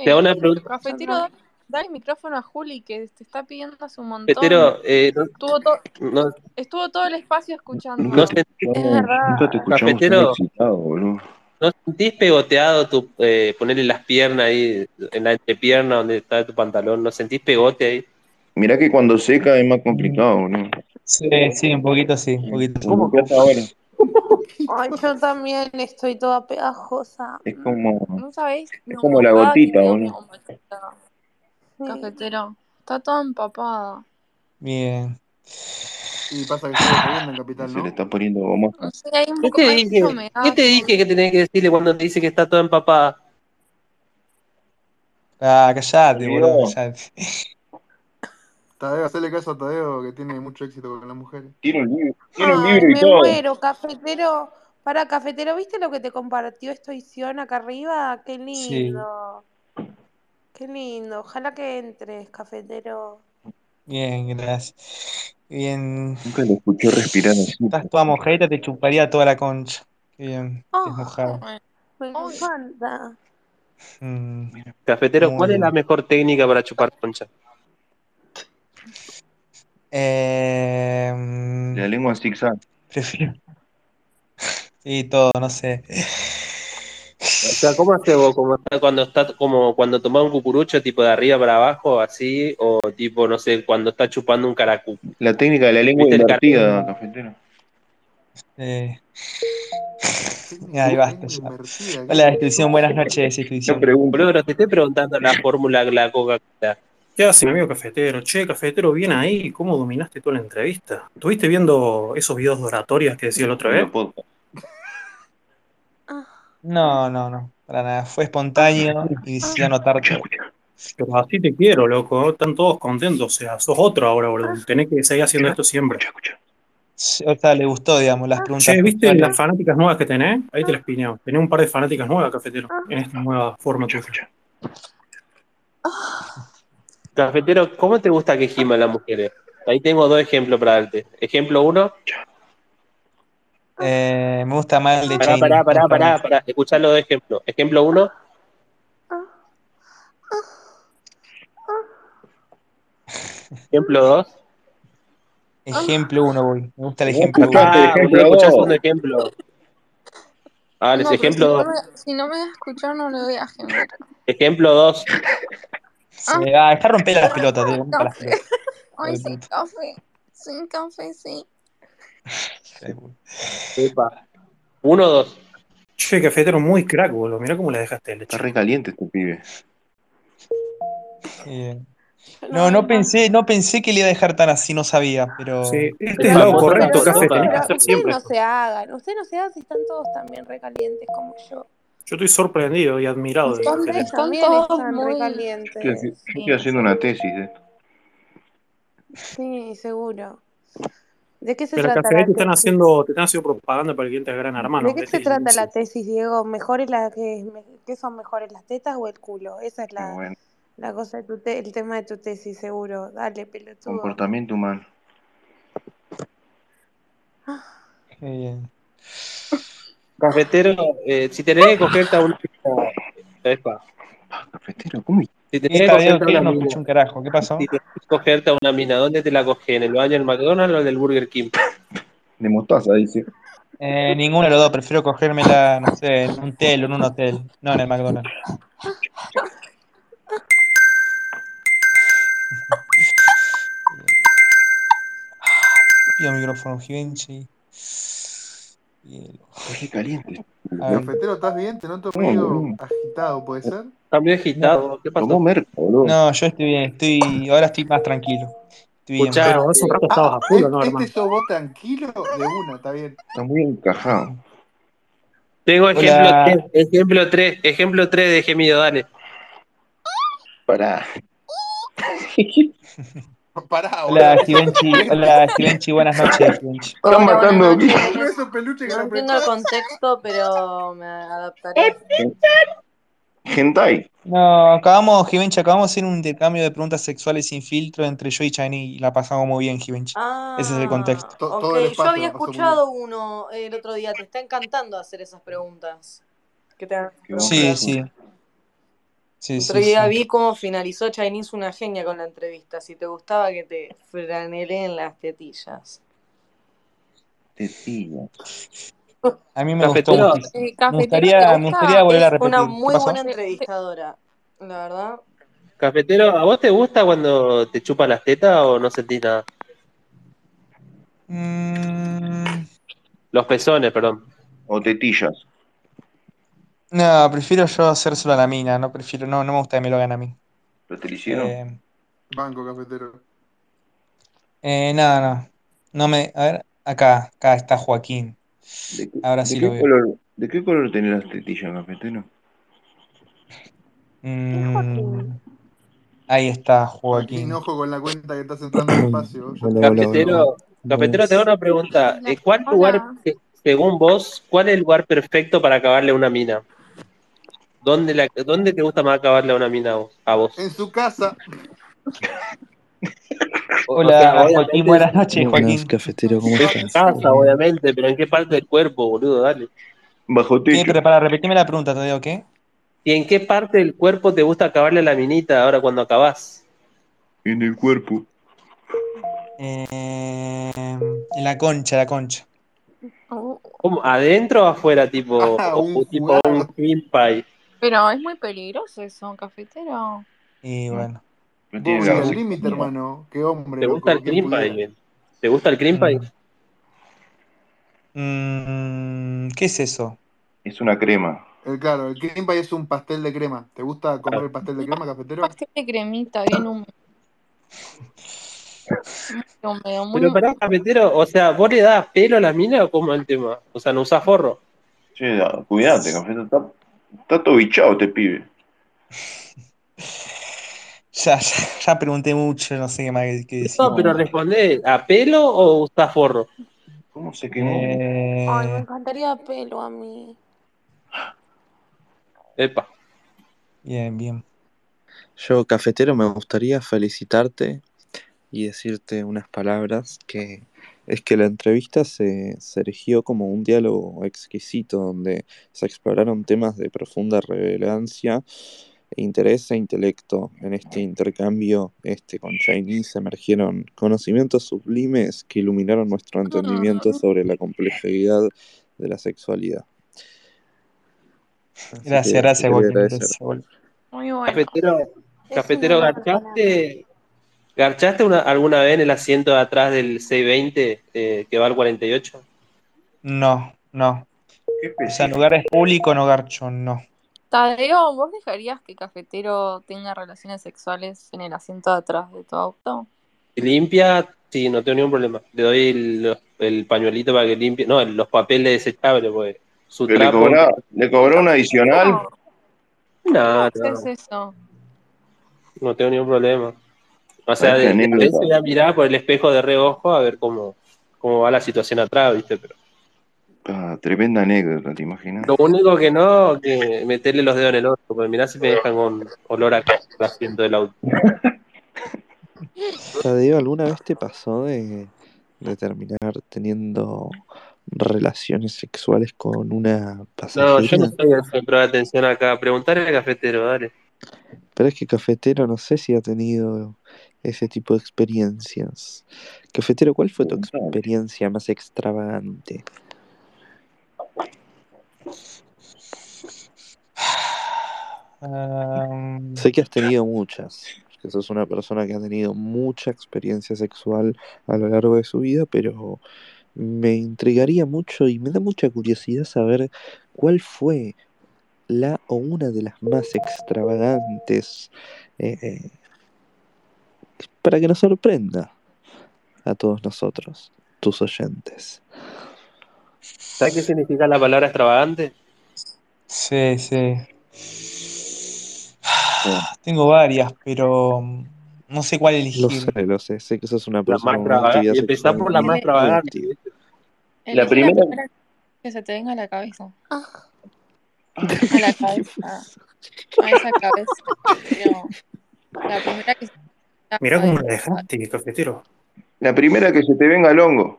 S7: Te hago una pregunta.
S5: Cafetero,
S2: Yo
S5: dale, dale el micrófono a Juli, que te está pidiendo hace un montón.
S7: Cafetero, eh, no-
S5: Estuvo, to-
S7: no,
S5: estuvo todo el espacio escuchando.
S7: no sé-
S4: No,
S2: verdad.
S4: nunca te escuchamos
S7: Cafetero.
S4: tan excitado, boludo.
S7: ¿No sentís pegoteado tu, eh, ponerle las piernas ahí, en la entrepierna donde está tu pantalón? ¿No sentís pegote ahí?
S4: Mirá que cuando seca es más complicado, boludo.
S1: Sí, sí, un poquito sí, un poquito sí.
S4: ¿Cómo que hasta ahora?
S2: Ay, yo también estoy toda pegajosa.
S4: Es como.
S5: No sabéis.
S4: Es como la gotita, boludo.
S2: Sí.
S5: Cafetero, está toda empapada.
S1: Bien.
S3: Y pasa que está lloviendo en Capital,
S4: Se le
S3: ¿no?
S4: está poniendo gomosa.
S5: No sé, hay un
S7: ¿Qué
S5: poco
S7: te
S5: hay
S7: dije?
S5: mucha humedad.
S7: ¿Qué te dije que tenés que decirle cuando te dice que está toda empapada?
S1: Ah, callate,
S4: Dios.
S1: boludo, callate.
S3: Tadeo, hacele caso a Tadeo que tiene mucho éxito con las mujeres.
S4: Tiene un libro, tiene un
S2: Ay,
S4: libro y
S2: me
S4: todo.
S2: muero, cafetero. Para cafetero, ¿viste lo que te compartió esta edición acá arriba? Qué lindo. Qué lindo. Ojalá que entres, cafetero.
S1: Bien, gracias. Bien.
S4: Nunca lo escuché respirar así.
S1: Estás toda mojadita, te chuparía toda la concha. Qué bien,
S2: Ah.
S1: te es mojado.
S2: Me
S5: Ay.
S2: encanta.
S1: Mm,
S7: Cafetero,
S1: Muy
S7: ¿cuál es
S1: bien.
S7: la mejor técnica para chupar concha?
S1: eh, mm,
S4: La lengua en zigzag.
S1: prefiero. Sí, todo, no sé.
S7: O sea, ¿cómo haces vos? ¿Cómo está- cuando está, como cuando tomás un cucurucho, tipo de arriba para abajo, así? O tipo, no sé, cuando está chupando un caracú.
S4: La técnica de la lengua
S7: Viste el
S4: invertida, cafetero.
S1: Eh,
S3: Técnica-
S1: ya, ahí basta
S3: técnica
S1: ya.
S3: invertida, ¿qué?
S1: Hola, eh, descripción, buenas noches,
S4: No
S1: descripción.
S4: pregunto.
S7: Boludo, pero te estoy preguntando la fórmula de la Coca-Cola.
S8: ¿Qué hace, mi amigo cafetero? Che, cafetero, bien ahí. ¿Cómo dominaste toda la entrevista? ¿Estuviste viendo esos videos de oratorias que decía la otra vez?
S4: Los podcasts.
S2: Ah,
S1: No, no, no, para nada. Fue espontáneo y decidí
S7: Ah.
S1: anotar todo.
S8: Pero así te quiero, loco. Están todos contentos. O sea, sos otro ahora, boludo. Tenés que seguir haciendo esto siempre.
S4: Escucha, escucha.
S1: Sí, O sea, le gustó, digamos, las preguntas.
S8: Che, ¿viste
S1: puntuales.
S8: las fanáticas nuevas que tenés? Ahí te las pineo. Tenés un par de fanáticas nuevas, cafetero, en esta nueva forma tuya.
S7: Cafetero, ¿cómo te gusta que giman las mujeres? Ahí tengo dos ejemplos para darte. Ejemplo uno,
S1: Eh, me gusta más el de
S7: Pará,
S1: Chain.
S7: pará, pará, pará, pará. Escuchá los dos ejemplos. Ejemplo uno, ejemplo dos.
S1: Ejemplo uno, voy. Me gusta el
S4: No,
S1: ejemplo
S4: escuchá.
S1: uno.
S4: Escuchaste el ejemplo
S7: Ah,
S4: dos.
S7: boludo, escuchá el segundo ejemplo. Ah,
S5: No,
S7: les
S5: pero
S7: ejemplo
S5: si,
S7: dos.
S5: no me, si no me das escuchar, no le voy a generar.
S7: Ejemplo dos.
S1: Se me va, deja romper las pelotas, tío. rompa las pelotas.
S5: Ay,
S1: Ay,
S5: sin
S1: puta.
S5: café. Sin café, sí.
S1: Ay, puta.
S7: Epa. Uno o dos.
S8: Che, cafetero muy crack, boludo. Mirá cómo la dejaste de leche.
S4: Está re caliente este pibe.
S1: Eh, no, no pensé, no pensé que le iba a dejar tan así, no sabía, pero eh,
S8: Sí, este es el lado
S7: Pero-
S8: correcto,
S7: pero-
S8: café. Tenés que
S2: Pero
S8: hacer
S2: ustedes
S8: siempre.
S2: no se hagan, ustedes no se hagan si están todos también recalientes como yo.
S8: Yo estoy sorprendido y admirado de
S2: Son
S8: cafetero.
S5: Están
S2: también
S5: todos
S2: están
S5: muy-
S2: recalientes.
S4: Yo estoy, yo estoy
S5: Sí.
S4: haciendo una tesis. eh.
S2: Sí, seguro. ¿De qué se
S8: Pero
S2: trata
S8: café
S2: la
S8: te están
S2: tesis?
S8: haciendo, ah, te están haciendo propaganda para que cliente de Gran Hermano.
S2: ¿De qué se
S8: Vete y-
S2: trata la tesis, Diego? ¿Mejores las que, qué son mejores, las tetas o el culo? Esa es la,
S4: Pero Ah, bueno,
S2: la cosa de tu te- el tema de tu tesis, seguro. Dale, pelotudo.
S4: comportamiento humano.
S1: qué bien.
S7: Cafetero, eh, si tenés que cogerte a una mina, epa,
S4: Ah, cafetero, ¿cómo?
S7: si tenés que
S1: Esta vez
S7: cogerte a
S1: que
S7: una
S1: no
S7: mina,
S1: escuché un carajo, ¿qué pasó?
S7: si tenés que cogerte a una mina, ¿dónde te la cogés? ¿En el baño del McDonald's o del Burger King?
S4: De mostaza, dice.
S1: Eh, ninguno de los dos, prefiero cogérmela, no sé, en un hotel, en un hotel, no en el McDonald's. Pido micrófono, Givenchy. Hielo.
S4: Está este re caliente.
S1: A ver.
S3: Cafetero, ¿estás bien? Te noto
S4: No,
S3: medio
S4: boludo.
S3: agitado,
S9: Eh,
S3: ¿puede ser?
S7: Está medio agitado, ¿qué pasó?
S4: Tomó merca, boludo.
S1: No, yo estoy bien, estoy, ahora estoy más tranquilo. Estoy bien.
S7: Escuchá.
S8: Pero hace un rato estabas a
S3: este,
S8: culo, ¿no, hermano?
S3: este sos vos tranquilo de una, está bien.
S4: Está muy encajado.
S7: Tengo ejemplo
S1: Hola.
S7: 3, ejemplo 3, ejemplo 3 de gemido, dale.
S4: Pará.
S3: Pará,
S1: Hola,
S3: boludo.
S1: Givenchy, hola, Givenchy, buenas noches, Givenchy.
S4: Están
S5: Hola,
S4: matando
S5: buenas
S4: aquí.
S5: noches.
S3: No es un peluche que
S5: No
S3: lo
S5: entiendo el contexto, pero me adaptaré.
S4: Hentai.
S1: No, acabamos, Givenchy, acabamos de hacer un intercambio de preguntas sexuales sin filtro entre yo y Chani y la pasamos muy bien, Givenchy.
S5: Ah,
S1: Ese es el contexto.
S3: To- todo
S5: ok,
S3: el
S5: yo
S3: espacio
S5: había
S3: la pasó muy
S5: escuchado uno eh, el otro día. Te está encantando hacer esas preguntas. Que te hagan esas
S4: Qué bueno.
S1: Sí,
S5: preguntas.
S1: sí. Sí,
S5: Otro
S1: sí,
S5: día
S1: sí.
S5: vi cómo finalizó Chinese una genia con la entrevista. Si te gustaba que te franeleen las tetillas.
S4: Tetilla.
S1: A mí me gustó
S7: Cafetero.
S1: muchísimo.
S5: Eh,
S1: Me
S5: cafetero
S1: gustaría,
S5: te
S1: me
S5: gusta,
S1: gustaría volver a
S5: es
S1: repetir.
S5: una
S1: ¿Qué
S5: muy
S1: pasó?
S5: buena entrevistadora, la verdad.
S7: Cafetero, ¿a vos te gusta cuando te chupan las tetas o no sentís nada?
S1: Mm,
S7: Los pezones, perdón.
S4: O tetillas.
S1: no, prefiero yo hacer solo a la mina, no prefiero, no, no me gusta que me lo hagan a mí.
S4: ¿Lo te lo hicieron?
S1: Eh,
S3: Banco, cafetero.
S1: eh, no, no. No me. A ver, acá, acá está Joaquín.
S4: ¿De qué,
S1: Ahora
S4: de
S1: sí
S4: qué
S1: lo veo.
S4: color, ¿De qué color tenés las tetillas, cafetero?
S1: Mm,
S2: Joaquín?
S1: ahí está
S3: Joaquín,
S1: Joaquín.
S3: ojo con la cuenta que estás entrando al espacio. Yo te-
S9: Hola, hola,
S7: Cafetero,
S9: hola.
S7: cafetero, te hago una pregunta. ¿En cuál lugar, se- según vos, cuál es el lugar perfecto para acabarle a una mina? ¿Dónde, la- dónde te gusta más acabarle a una mina a vos? A vos?
S3: En su casa.
S7: O- o
S1: Hola,
S7: sea,
S1: Joaquín,
S7: obviamente,
S1: buenas noches,
S9: Buenas,
S1: Joaquín.
S9: cafetero, ¿cómo
S7: en tu
S9: estás?
S7: casa, obviamente, pero ¿en qué parte del cuerpo, boludo? Dale.
S4: Bajo
S1: ¿Qué?
S4: techo.
S1: Pero para repetirme la pregunta, te digo, ¿qué?
S7: ¿Y en qué parte del cuerpo te gusta acabarle a la minita ahora cuando acabás?
S4: En el cuerpo.
S1: Eh, la concha, la concha.
S6: Oh,
S7: ¿Cómo? ¿Adentro o afuera? Tipo,
S3: Ah,
S7: o-
S3: un
S7: o tipo un
S3: jugado.
S7: cream pie.
S6: Pero es muy peligroso eso, cafetero.
S7: Ah,
S1: Y bueno.
S4: No
S3: Vos
S4: tiene
S3: vivís
S4: la
S3: al
S4: base.
S3: límite, hermano. Qué hombre,
S7: ¿Te gusta
S3: loco.
S7: el
S3: ¿Quién
S7: cream
S3: pudiera?
S7: pie? ¿Te gusta el cream pie?
S1: Mm, ¿qué es eso?
S4: Es una crema.
S3: Eh, claro, el cream pie es un pastel de crema. ¿Te gusta comer el pastel de crema, cafetero?
S6: Pastel de cremita, bien húmedo, muy húmedo, muy
S7: Pero pará, cafetero, o sea, ¿vos le das pelo a la mina o cómo es el tema? O sea, no usás forro.
S4: Che, da- cuidate, cafetero. Está, está todo bichado este pibe.
S1: Ya, ya, ya pregunté mucho, no sé qué más que, que decir.
S7: No, pero respondé, ¿a pelo o usás forro?
S4: ¿Cómo se quemó?
S1: Eh,
S2: Ay, me encantaría pelo a mí.
S7: Epa.
S1: bien, bien.
S9: Yo, cafetero, me gustaría felicitarte y decirte unas palabras que es que la entrevista se, se erigió como un diálogo exquisito donde se exploraron temas de profunda relevancia, interés e intelecto. En este intercambio este, con Chinese emergieron conocimientos sublimes que iluminaron nuestro entendimiento sobre la complejidad de la sexualidad. Así que
S1: Gracias,
S9: te
S1: gracias,
S9: quería
S1: Joaquín.
S9: agradecer.
S1: gracias, Joaquín.
S6: muy bueno.
S7: Cafetero,
S2: Es
S7: cafetero,
S2: una persona.
S7: ¿garchaste, garchaste una- alguna vez en el asiento de atrás del 620 eh, que va al 48?
S1: No, no.
S4: Qué
S1: O sea, en
S4: pesado.
S1: lugares públicos no garcho, no.
S6: Tadeo, ¿vos dejarías que Cafetero tenga relaciones sexuales en el asiento de atrás de tu auto?
S7: Limpia, sí, no tengo ningún problema. Le doy el, el pañuelito para que limpie. No, los papeles desechables, porque su
S4: Pero le
S7: trapo.
S4: cobrá, le cobrá un adicional.
S6: No,
S4: Ah,
S7: No,
S6: ¿qué es
S7: no,
S6: eso?
S7: no tengo ningún problema. O sea, de,
S4: Esta
S7: de- a veces
S4: anécdota.
S7: voy a mirar por el espejo de reojo a ver cómo, cómo va la situación atrás, ¿viste? Pero
S4: Ah, tremenda anécdota, ¿te imaginas?
S7: lo único que no, que meterle los dedos en el otro, porque mirá si me dejan con olor a caca el asiento del auto.
S9: Tadeo, ¿alguna vez te pasó de, de terminar teniendo relaciones sexuales con una
S7: No, yo no
S9: pasajera?
S7: soy el centro de atención acá. Preguntarle al cafetero, dale.
S9: Pero es que Cafetero no sé si ha tenido ese tipo de experiencias. Cafetero, ¿cuál fue tu
S4: Preguntale.
S9: experiencia más extravagante?
S1: Em,
S9: Sé que has tenido muchas, que sos una persona que ha tenido mucha experiencia sexual a lo largo de su vida, pero me intrigaría mucho y me da mucha curiosidad saber cuál fue la o una de las más extravagantes eh, eh, para que nos sorprenda a todos nosotros, tus oyentes.
S7: ¿Sabes qué significa la palabra extravagante?
S1: sí, sí. Ah,
S4: Sí.
S1: Tengo varias, pero mm, no sé cuál
S9: Lo sé,
S1: elegir.
S9: lo sé, sé que sos una
S7: La más
S9: persona con una
S7: extravagante.
S9: actividad
S7: Y empezar
S9: sexual
S7: por la más
S9: muy, muy
S7: extravagante.
S9: activa.
S7: ¿viste?
S4: La
S6: Elegí la
S4: primera,
S6: primera que se te venga a la cabeza. A la
S9: ¿Qué
S6: cabeza.
S9: pasa?
S6: A esa cabeza. Pero la primera que se te venga
S8: Mirá
S6: a
S8: cómo
S6: la
S8: la dejaste, cafetero.
S4: la primera que se te venga el hongo.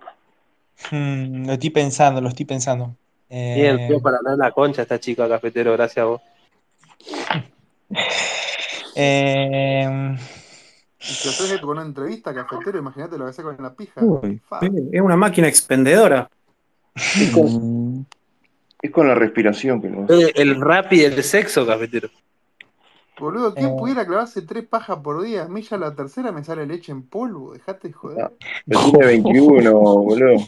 S1: Mm, lo estoy pensando, lo estoy pensando.
S7: Bien,
S1: Eh,
S7: tío, para dar la concha esta chica, cafetero, gracias a vos.
S1: em,
S3: Y si haces esto con una entrevista, cafetero, imagínate lo que haces con la pija.
S9: Uy.
S3: Fa.
S8: Bien, Es una máquina expendedora.
S4: Es con,
S9: Mm.
S4: es con la respiración que lo hace.
S7: Eh, El rap y el sexo, cafetero.
S3: Boludo, ¿quién
S1: eh,
S3: pudiera clavarse tres pajas por día? A mí ya la tercera me sale leche en polvo, dejate de
S4: Ah,
S3: joder.
S4: Pero tiene 21, boludo.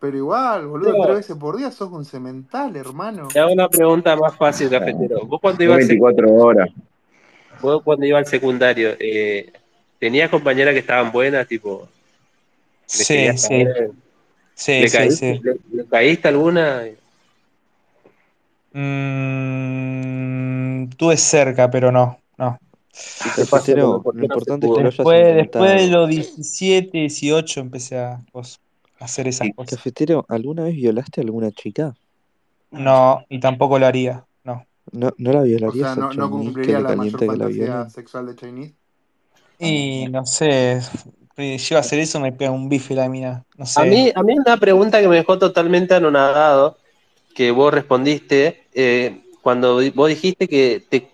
S3: Pero igual, boludo, tres
S7: Yo
S3: veces por día sos un cemental, hermano.
S7: Te hago una pregunta más fácil,
S4: Ah,
S7: cafetero. Vos cuando
S4: Son
S7: ibas al, sec-
S4: 24 horas.
S7: vos cuando ibas al secundario, eh, ¿tenías compañeras que estaban buenas? Tipo, les querías
S1: sí, sí,
S7: caer.
S1: sí,
S7: ¿Le
S1: sí,
S7: caíste,
S1: sí.
S7: le, le caíste alguna?
S1: Mm, estuve cerca, pero no, no.
S7: ¿Y qué
S9: Cafetero,
S7: pasó con el por
S9: lo
S7: qué no se
S9: importante es que lo
S7: pudo?
S9: hayas
S1: Después, después de
S9: intentado.
S1: los 17, 18 empecé a, cos- a hacer esas
S4: Y
S1: cosas.
S9: Cafetero, ¿alguna vez violaste a alguna chica?
S1: No, y tampoco lo haría, no.
S9: ¿No, no la
S3: O sea,
S9: violarías a
S3: no, no
S9: Chinese que
S3: cumpliría
S9: le
S3: la mayor
S9: calienta que la
S3: fantasía
S9: violen?
S3: sexual de Chinese.
S1: Y no sé, si yo a hacer eso me pega un bife la mina, no
S7: A mí,
S1: sé.
S7: a mí una pregunta que me dejó totalmente anonadado, que vos respondiste, eh, cuando di- vos dijiste que te,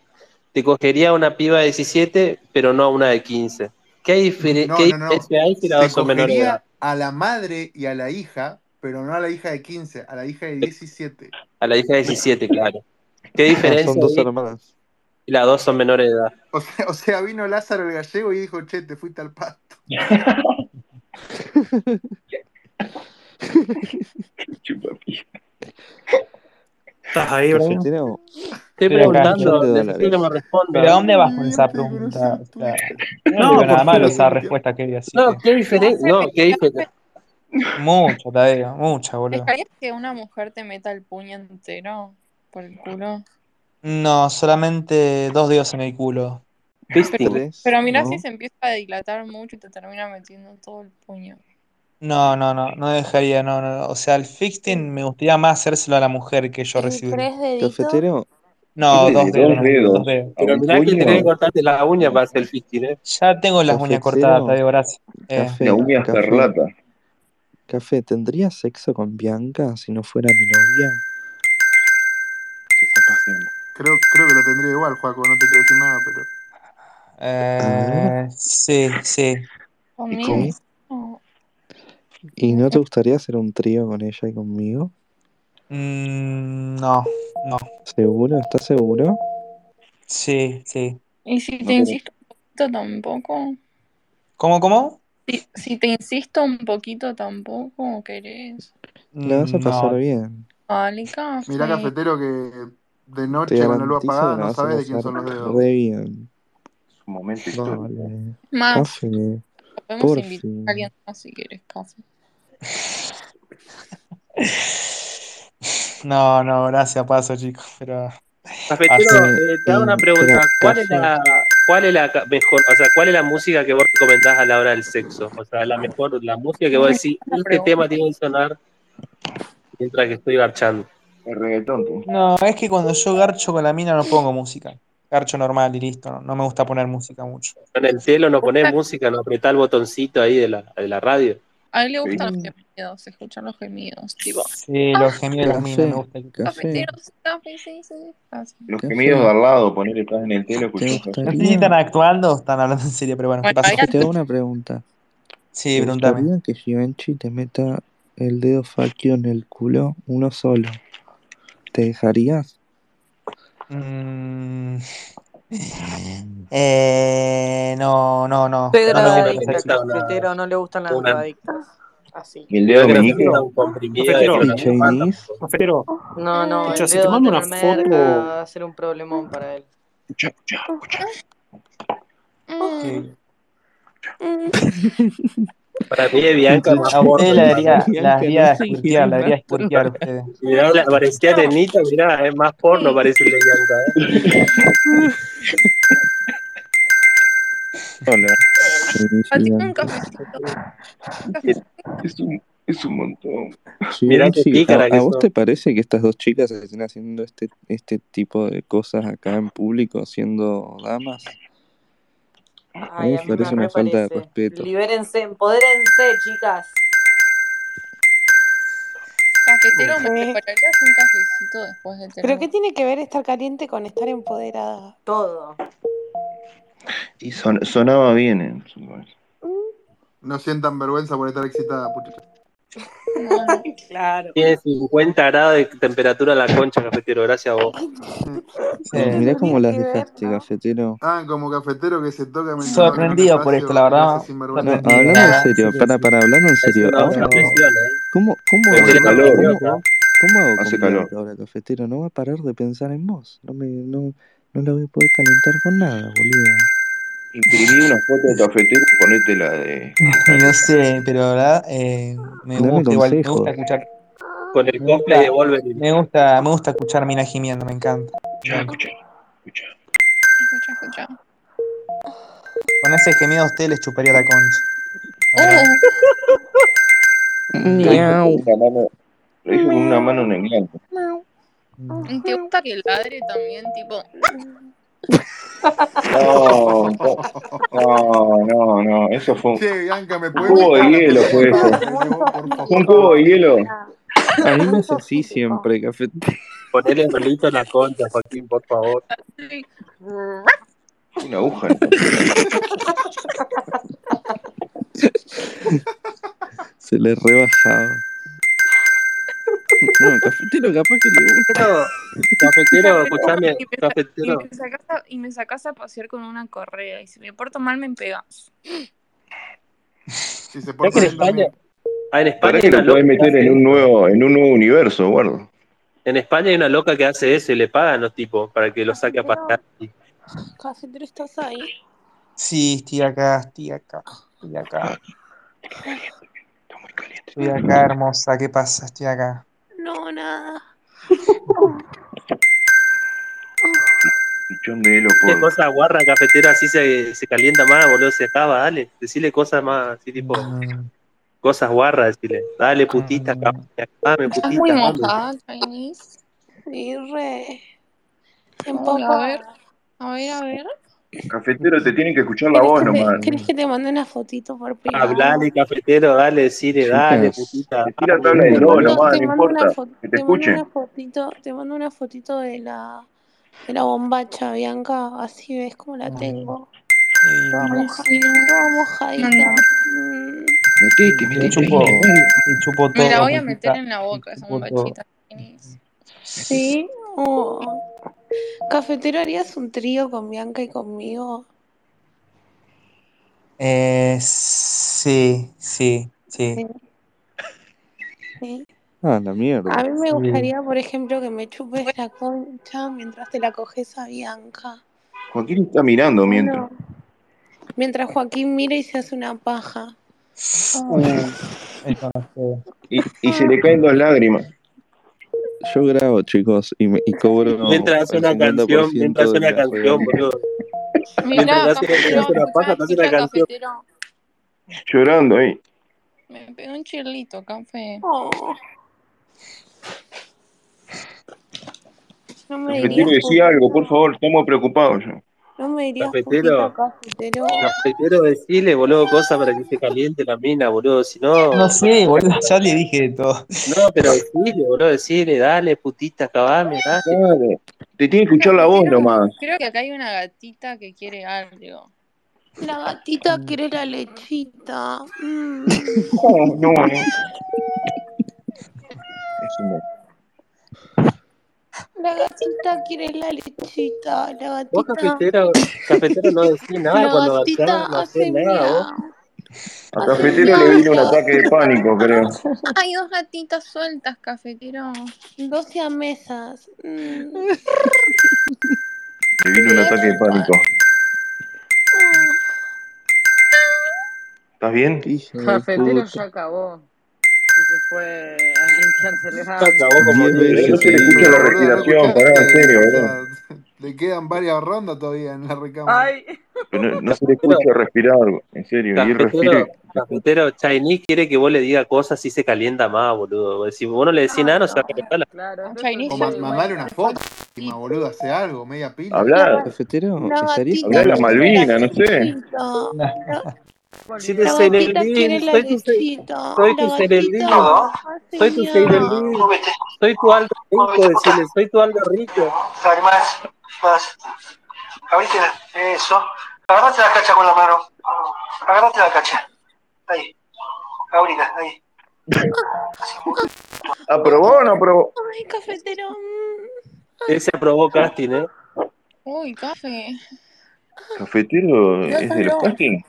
S7: te cogería una piba de 17, pero no a una de 15. ¿Qué, difere-
S3: No,
S7: qué
S3: no, no.
S7: diferencia hay si las
S3: Se
S7: dos son menores de edad?
S3: cogería a la madre y a la hija, pero no a la hija de 15, a la hija de 17.
S7: A la hija de 17, claro. ¿Qué
S9: Ah, son
S7: diferencia
S9: dos
S7: hay
S9: hermanas.
S7: si las dos son menores de edad?
S3: O sea, o sea, vino Lázaro el gallego y dijo, che, te fuiste al pasto.
S4: Chupapija.
S8: ¿Estás ahí, Brian?
S9: Cafetero,
S7: Estoy
S1: Estoy acá,
S9: un millón
S1: estoy-
S7: preguntando,
S9: de
S7: necesito que me
S9: dólares.
S1: ¿Pero
S7: responda.
S1: a dónde vas con esa
S3: Mierda, que no
S1: pregunta?
S3: seas
S1: O sea,
S3: Twitter.
S1: yo no le veo
S8: No,
S1: nada malo a
S8: porque
S1: esa
S3: Cintia.
S1: respuesta que di, así
S7: No,
S1: que.
S7: ¿qué
S6: No
S7: diferencia?
S6: sé,
S7: No, ¿qué
S6: dejarías
S7: diferencia?
S1: Mucha, Tadeo, mucha, boludo.
S6: dejarías que una mujer te meta el puño entero por el culo.
S1: No, solamente dos dedos en el culo.
S7: Fisting.
S9: Tres,
S6: Pero mirá si
S9: ¿no?
S6: se empieza a dilatar mucho y te termina metiendo todo el puño.
S1: No, no, no, no dejaría, no, no. no. O sea, el fisting me gustaría más hacérselo a la mujer que yo
S2: ¿Y
S1: recibirlo.
S2: tres deditos?
S9: Cafetero,
S1: No,
S4: Tiene
S1: dos dedos
S4: de dos
S1: nomás, dos dedos.
S4: dedos a
S7: Pero
S4: un
S7: mirá que tenés que
S4: puño,
S7: cortarte la uña para hacer el fisting, ¿eh?
S1: Ya tengo las uñas cortadas,
S9: cafetero,
S1: Tadeo, gracias. Eh,
S4: la
S9: café,
S4: uña
S9: café,
S4: escarlata.
S9: café. ¿Tendrías sexo con Bianca si no fuera mi novia?
S4: Se está paseando.
S3: Creo, creo que lo tendría igual, Juaco, no te quiero decir nada, pero.
S9: A ver,
S1: eh, sí, sí.
S4: ¿Y
S6: Conmigo
S4: cómo?
S9: ¿sí?
S6: no.
S9: ¿Y no te gustaría hacer un trío con ella y conmigo?
S1: Mm, no, no.
S9: ¿Seguro? ¿Estás seguro?
S1: Sí, sí.
S6: Y si te
S4: No querés.
S6: insisto un poquito tampoco.
S1: ¿Cómo, cómo?
S6: Si, si te insisto un poquito, tampoco querés.
S9: La vas a pasar
S1: Mm, No.
S9: bien.
S6: Vale, café.
S3: Mirá, cafetero, que de
S9: Te
S3: noche con la
S9: garantizo
S3: luz
S9: que
S3: apagada
S9: la
S3: no
S9: vas a
S3: sabes de quién
S9: pasar
S3: son los dedos.
S9: re bien.
S4: Es un momento histórico.
S9: Dale.
S2: Ah,
S6: Max,
S9: Café.
S6: podemos
S9: Por
S6: invitar a alguien
S9: fin.
S6: más si querés, café.
S1: No, no, gracias, paso, chicos. Pero
S7: Cafetero,
S1: Así,
S7: eh, te hago una pregunta. ¿Cuál es la, cuál es la ca- mejor, o sea, cuál es la música que vos recomendás a la hora del sexo? O sea, la mejor, la música que vos decís,
S6: Una
S7: este
S6: pregunta.
S7: tema tiene que sonar mientras que estoy garchando.
S4: El reggaetón, tú.
S1: no, es que cuando yo garcho con la mina no pongo música. Garcho normal y listo. No, no me gusta poner música mucho.
S7: Con el telo no ponés música, no apretás el botoncito ahí de la, de la radio.
S6: A él le
S4: Sí.
S6: gustan los gemidos, escuchar los gemidos. Tipo,
S1: Sí, los gemidos de las minas
S9: Café.
S1: me gusta.
S9: Café.
S6: cafeteros, café, sí, sí. Así.
S4: Los
S9: ¿Qué
S4: gemidos
S9: hace?
S4: de al lado, poner estás en el telo,
S9: ¿Te
S4: escuchás
S1: No sé si están
S9: gustaría?
S1: actuando o están hablando en serio, pero bueno, ¿qué
S6: Bueno,
S1: pasó?
S6: había-
S9: Te hago una pregunta.
S1: Sí,
S9: ¿Te
S1: pregúntame.
S9: gustaría que Givenchy te meta el dedo faquio en el culo uno solo? ¿Te dejarías?
S1: Mm, eh, no, no, no.
S5: Soy
S1: No me gusta
S7: Cafetero, te
S1: ese
S5: drogadicta,
S1: chico.
S7: meta una,
S5: cafetero, no le gustan las
S7: una-
S5: drogadictas. Así.
S4: Y el
S7: Creo
S4: dedo
S7: que no te
S4: meñique,
S7: meta un comprimido de
S8: Cafetero.
S9: ¿Y
S7: Fernando Pata.
S9: Chinese?
S8: Cafetero,
S5: No, no,
S8: escucha,
S5: el
S8: si te
S5: dedo
S8: mando
S5: en
S8: una
S5: el merca
S8: foto.
S5: va a ser un problemón para él.
S4: escuchá, escuchá, escuchá.
S6: Mm,
S1: Sí.
S7: Para mí de Bianca más
S1: A
S7: porno.
S1: ustedes la
S7: hermano.
S1: debería, las
S9: Bianca, no
S1: debería
S9: sé quién
S1: escurquear,
S9: es
S1: la
S9: más
S1: debería escurquear a ustedes.
S7: Mirá, la- parecía nenita, mirá, es más porno parece el de Bianca. ¿eh?
S9: solo. Chinese y
S6: Patito, un
S9: Bianca.
S6: cafecito.
S4: Es, es un, es un montón.
S7: Mirá qué
S9: Givenchy, ¿a,
S7: pícara que
S9: a vos
S7: sos.
S9: te parece que estas dos chicas se estén haciendo este, este tipo de cosas acá en público, siendo damas? A mí me
S5: Ay, a mí me
S9: parece una falta de
S5: reparece.
S9: respeto.
S5: Libérense, empodérense, chicas.
S6: Cafetero, ¿me
S2: Sí.
S6: prepararías un cafecito después de
S2: ¿Pero qué
S6: terminar?
S2: tiene que ver estar caliente con estar empoderada?
S5: Todo.
S4: Y son- sonaba bien en su momento.
S3: No sientan vergüenza por estar excitada, pucha.
S6: No, no.
S2: Claro.
S7: Tiene 50 grados de temperatura la concha, cafetero, gracias a vos.
S1: Sí.
S9: No,
S2: ¿Qué
S9: mirá cómo
S2: tendría
S9: las
S2: que ver,
S9: dejaste,
S2: no?
S9: cafetero.
S3: Ah, como cafetero que se toca mientras va con un
S1: Sorprendido por esto,
S3: espacio
S1: la
S3: que lo hace
S1: verdad.
S3: sin vergüenza.
S9: No,
S1: Sorprendido, la
S9: hablando en
S1: verdad. Sí
S9: serio,
S1: que
S9: para,
S1: sí.
S9: para, hablando en
S7: Es
S9: serio,
S7: una
S9: ahora,
S7: otra
S1: Pero
S7: presión, ¿eh?
S9: ¿cómo, cómo
S4: Hace
S9: hago
S7: Cafetero,
S9: con,
S4: calor,
S9: cómo,
S7: loca.
S9: cómo hago
S4: hace
S9: con
S4: calor.
S9: Bianca ahora, cafetero? No va a parar de pensar en vos. No me, no, no la voy a poder calentar con nada, boludo.
S4: Imprimí una foto de cafetero y ponete la de.
S1: Y no sé, pero la verdad, eh, me
S9: Dame
S1: gusta igual, me gusta
S9: consejos.
S1: escuchar,
S7: Con el
S1: me
S7: cosplay de
S1: gusta,
S7: Wolverine.
S1: me gusta, me gusta escuchar mina gimiendo, me encanta, me
S4: Escuchá,
S1: encanta.
S4: escuchá, escuchá.
S6: Escucha, escucha.
S1: Con ese gemido a ustedes les chuparía la concha, la verdad.
S7: Ah.
S6: Oh,
S4: Lo dije con
S9: Miau.
S4: una mano, lo dije con una mano en el blanco.
S1: Mm.
S6: ¿y ¿te gusta que ladre también? Tipo,
S4: No, no, no, no, no, eso fue un,
S3: Che, Bianca, ¿me
S4: un
S3: podés
S4: cubo de
S3: dejar la
S4: hielo,
S3: cosa
S4: fue
S3: en
S4: eso.
S3: paz, nene, vos, por
S4: Fue un
S3: favor?
S4: cubo de hielo.
S9: A mí me hace así siempre, cafetero.
S7: Ponele el pelito en la concha, Joaquín, por favor.
S6: sí,
S4: Fue Una aguja, ¿no?
S9: Se le rebajaba. No, cafetero capaz que le gusta.
S7: Cafetero,
S6: cafetero, y me,
S7: cafetero, escuchame,
S6: sa- y
S7: cafetero.
S6: me sacas a, y me sacas a pasear con una correa. Y si me porto mal, me pegas.
S3: Si se
S7: Ya que
S3: porta
S7: en
S3: bien
S7: España,
S3: también.
S7: ah, en
S4: La
S7: España
S4: verdad
S7: hay
S4: que
S7: una
S4: lo
S7: loca
S4: podés
S7: que
S4: meter en
S7: hace,
S4: un nuevo, en un nuevo universo, guardo.
S7: en España hay una loca que hace eso y le pagan los tipos para que lo saque a pasear. Y
S2: Cafetero, ¿estás ahí?
S1: Sí, estoy acá, estoy acá, estoy acá,
S4: Ah, Está muy caliente.
S1: estoy acá, hermosa, ¿qué pasa? Estoy acá.
S2: No, nada.
S4: Pichón de helo
S7: Decirle
S4: por.
S7: cosas guarras, cafetero, así se, se calienta más, boludo, se acaba, dale. Decirle cosas más, así tipo,
S4: Ah.
S1: Mm,
S7: cosas guarras, decirle. Dale, putita,
S1: mm.
S7: café, dame,
S6: Estás muy
S7: putita, dame.
S6: mojada, Chinese.
S2: Sí, re.
S6: Ay, a ver,
S2: Empapada.
S6: a ver, a ver.
S4: Cafetero, te tienen que escuchar la
S2: ¿Querés
S7: Oh,
S4: voz
S2: que
S4: nomás.
S2: te, querés que te mande una fotito
S7: Ah,
S2: por privado?
S7: Hablale, cafetero, dale, decirle, dale,
S9: Chicas,
S7: putita,
S4: Decir la
S7: dame.
S4: tabla
S9: ¿cómo
S4: de
S9: la
S4: dos
S2: Mando-
S4: nomás,
S2: te
S4: no
S9: viste?
S2: mando una
S4: importa.
S2: foto,
S4: Que te
S2: te mando
S4: escuchen.
S2: una fotito, te mando una fotito de la de la bombacha, Bianca, así ves cómo la
S1: Mm,
S2: tengo. Toda
S1: Y
S6: Ay,
S2: moja,
S6: sí, no.
S2: toda
S6: Mandame.
S2: mojadita. Mm.
S4: Metete,
S1: le
S4: metete ahí en el
S1: chupo,
S4: medio.
S1: le chupo
S6: Me la
S1: todo,
S6: voy a meter
S1: putita,
S6: en la
S1: le
S6: boca esa
S1: chupo todo.
S6: bombachita, Chinese.
S2: Sí. Oh. Cafetero, ¿harías un trío con Bianca y conmigo?
S1: Eh, sí, sí, sí.
S2: Sí, sí.
S9: Ah, la mierda.
S2: A mí me gustaría, por ejemplo, que me chupes la concha mientras te la coges a Bianca.
S4: Joaquín está mirando mientras.
S2: No. Mientras Joaquín mira y se hace una paja.
S1: Uh, El conocedor.
S4: Y, y se le caen dos lágrimas.
S9: Yo grabo, chicos, y, me, y cobro
S7: Mientras hace
S9: el
S7: una
S9: 50%
S7: canción, mientras hace
S9: de
S7: una
S9: las
S7: canción,
S9: regalías.
S7: boludo.
S6: Mirá,
S7: Mientras hace-
S6: cafetero,
S7: hace una paja,
S6: escuchá,
S7: te hace una
S6: escuchá,
S7: canción.
S6: cafetero.
S4: Llorando ahí.
S6: Me pegó un chirlito, café.
S2: Oh, no me
S4: Cafetero,
S2: dirías
S4: decí algo, por
S2: poquito,
S4: favor, estamos preocupados ya.
S2: no me dirías poquito,
S7: Cafetero,
S2: cafetero.
S7: cafetero, decirle, boludo, cosas para que se caliente la mina, boludo. Si
S1: No
S7: no,
S1: sé, boludo, ya le dije de todo.
S7: no, pero decirle, boludo, decirle, dale, putita, cagame, dale.
S4: Dale. Te tiene que escuchar la voz
S6: Cafetero,
S4: nomás.
S6: creo que acá hay una gatita que quiere algo.
S2: La gatita quiere la lechita. Mm.
S4: No, no,
S9: eh.
S4: no.
S9: Es un mo-
S2: La gatita quiere la lechita. La
S7: Vos,
S2: gatita.
S7: cafetero, cafetero, no decís nada
S2: La
S7: cuando garchás,
S2: gatita
S7: no haces
S2: hace
S7: nada, vos.
S2: miau.
S4: A
S2: Hace
S4: Cafetero le
S2: miau
S4: vino un
S2: la
S4: ataque de
S2: gatita.
S4: pánico, creo.
S6: Hay dos gatitas sueltas, cafetero.
S2: 12 mesas. Mm.
S4: Le vino un ataque de pánico.
S2: Oh.
S4: ¿Estás bien?
S9: Hijo de
S5: Cafetero
S9: puta.
S5: ya acabó. Y se fue a limpiarse el
S7: Ya
S5: ano.
S7: acabó como
S9: Diez
S7: 10
S4: Pero no
S9: veces
S4: se le
S9: le
S4: escucha la
S9: digo.
S3: Boludo, no
S4: respiración, pará, en
S3: escuchaste.
S4: serio,
S3: O
S4: boludo.
S3: sea, le quedan varias rondas todavía en la recámara.
S5: Ay,
S4: Pero no, no se le
S7: Cafetero,
S4: escucha respirar, en serio. Y él respira y
S7: Cafetero,
S4: se escucha.
S7: cafetero, Chinese quiere que vos le digas cosas y se calienta más, boludo. Vos decís, Si vos no le decís nada, no se va a calentar la
S5: claro, no se
S6: Chinese
S3: O
S6: ya
S3: ma-
S5: olvida
S6: le
S5: igual.
S3: mandarle
S6: falta
S3: una
S6: el
S3: foto, ma,
S6: palito.
S3: boludo, hace algo, media pila.
S2: La,
S4: Hablar,
S2: ga-
S9: Cafetero,
S2: la
S9: estaría
S2: gatita
S4: hablar a
S9: escuchando.
S4: las
S2: quiere la
S4: Malvinas, no sé.
S2: lechita. La, la
S7: Siéntese pues, en el
S2: gatita quiere
S7: living,
S2: la
S7: soy tu, se-
S2: lechita.
S7: soy
S2: La
S7: tu serendín,
S2: gatita hace
S7: soy tu
S2: miau.
S7: serendín, soy tu algo rico, decirle, soy tu algo rico.
S10: más, más. Abrite la- eso. Agarrate la cacha con la mano. Agarrate la cacha. Ahí. Abrila, ahí. Así muy-
S4: ¿Aprobó o no aprobó?
S2: Ay, cafetero. mm.
S7: Ese aprobó casting, ¿eh?
S6: Uy, café.
S4: ¿Cafetero es de los castings?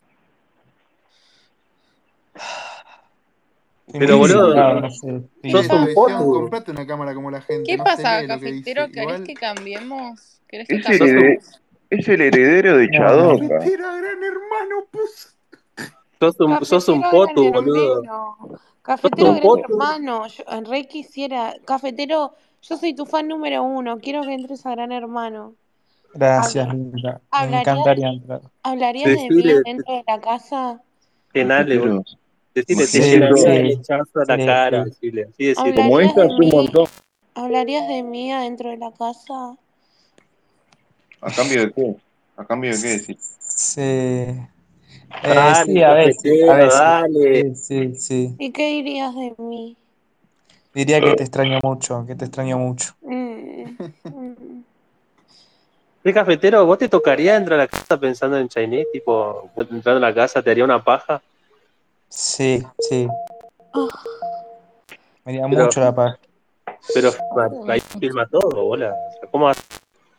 S1: Estoy
S7: Pero
S1: muy
S7: boludo,
S1: desatado, no sé,
S6: ¿Qué
S1: estoy
S7: sos un
S6: pasa?
S3: Televisión,
S7: potu,
S3: comprate una cámara como la gente,
S6: ¿Qué
S3: no se
S6: pasa,
S3: lee lo que dice.
S6: cafetero? ¿Querés
S3: Igual,
S6: que cambiemos? ¿Querés que
S4: Es el,
S7: sos un,
S4: hered-
S6: cambiemos?
S4: es el heredero de
S1: No, no.
S4: Chadoca.
S3: cafetero a gran hermano, pues. puso.
S7: sos un, sos un
S2: Cafetero gran
S7: potu, boludo.
S2: hermano.
S7: Sos
S2: Cafetero
S7: un
S2: gran
S7: potu.
S2: hermano. Yo, eh, re quisiera. Cafetero, yo soy tu fan número uno. Quiero que entres a gran hermano.
S1: Gracias,
S2: Habla-
S1: linda. Me
S2: Hablarías,
S1: encantaría entrar.
S2: ¿Hablarías de mí
S7: Decirle,
S2: dentro de la casa?
S7: tenale, boludo.
S4: Cafetero,
S7: Decirle, te
S1: Sí,
S4: imagínatelo.
S7: llenaría de
S1: sí,
S7: lechazo a la
S1: sí,
S7: cara,
S1: sí.
S7: decirle, así decirle.
S4: Como
S2: ¿Hablarías
S4: esta
S2: de
S4: es un
S2: mí?
S4: montón.
S2: ¿Hablarías de mí adentro de la casa?
S4: ¿A cambio de qué? ¿A cambio de qué decir?
S1: Sí. Eh,
S7: Dale,
S1: sí, a veces, a
S7: cafetero,
S1: veces. Sí,
S7: dale.
S1: sí, sí.
S2: ¿Y qué dirías de mí?
S1: Diría que te extraño mucho, que te extraño mucho.
S2: Mm, mm.
S7: Sí, cafetero, ¿vos te tocaría entrar a la casa pensando en Chinese? Tipo, entrando a la casa, ¿te haría una paja?
S1: Sí, sí.
S2: Ah,
S1: Me haría
S7: Pero,
S1: mucho la paja.
S7: pero ahí
S6: Uy.
S7: filma todo, bola. O sea, ¿Cómo hace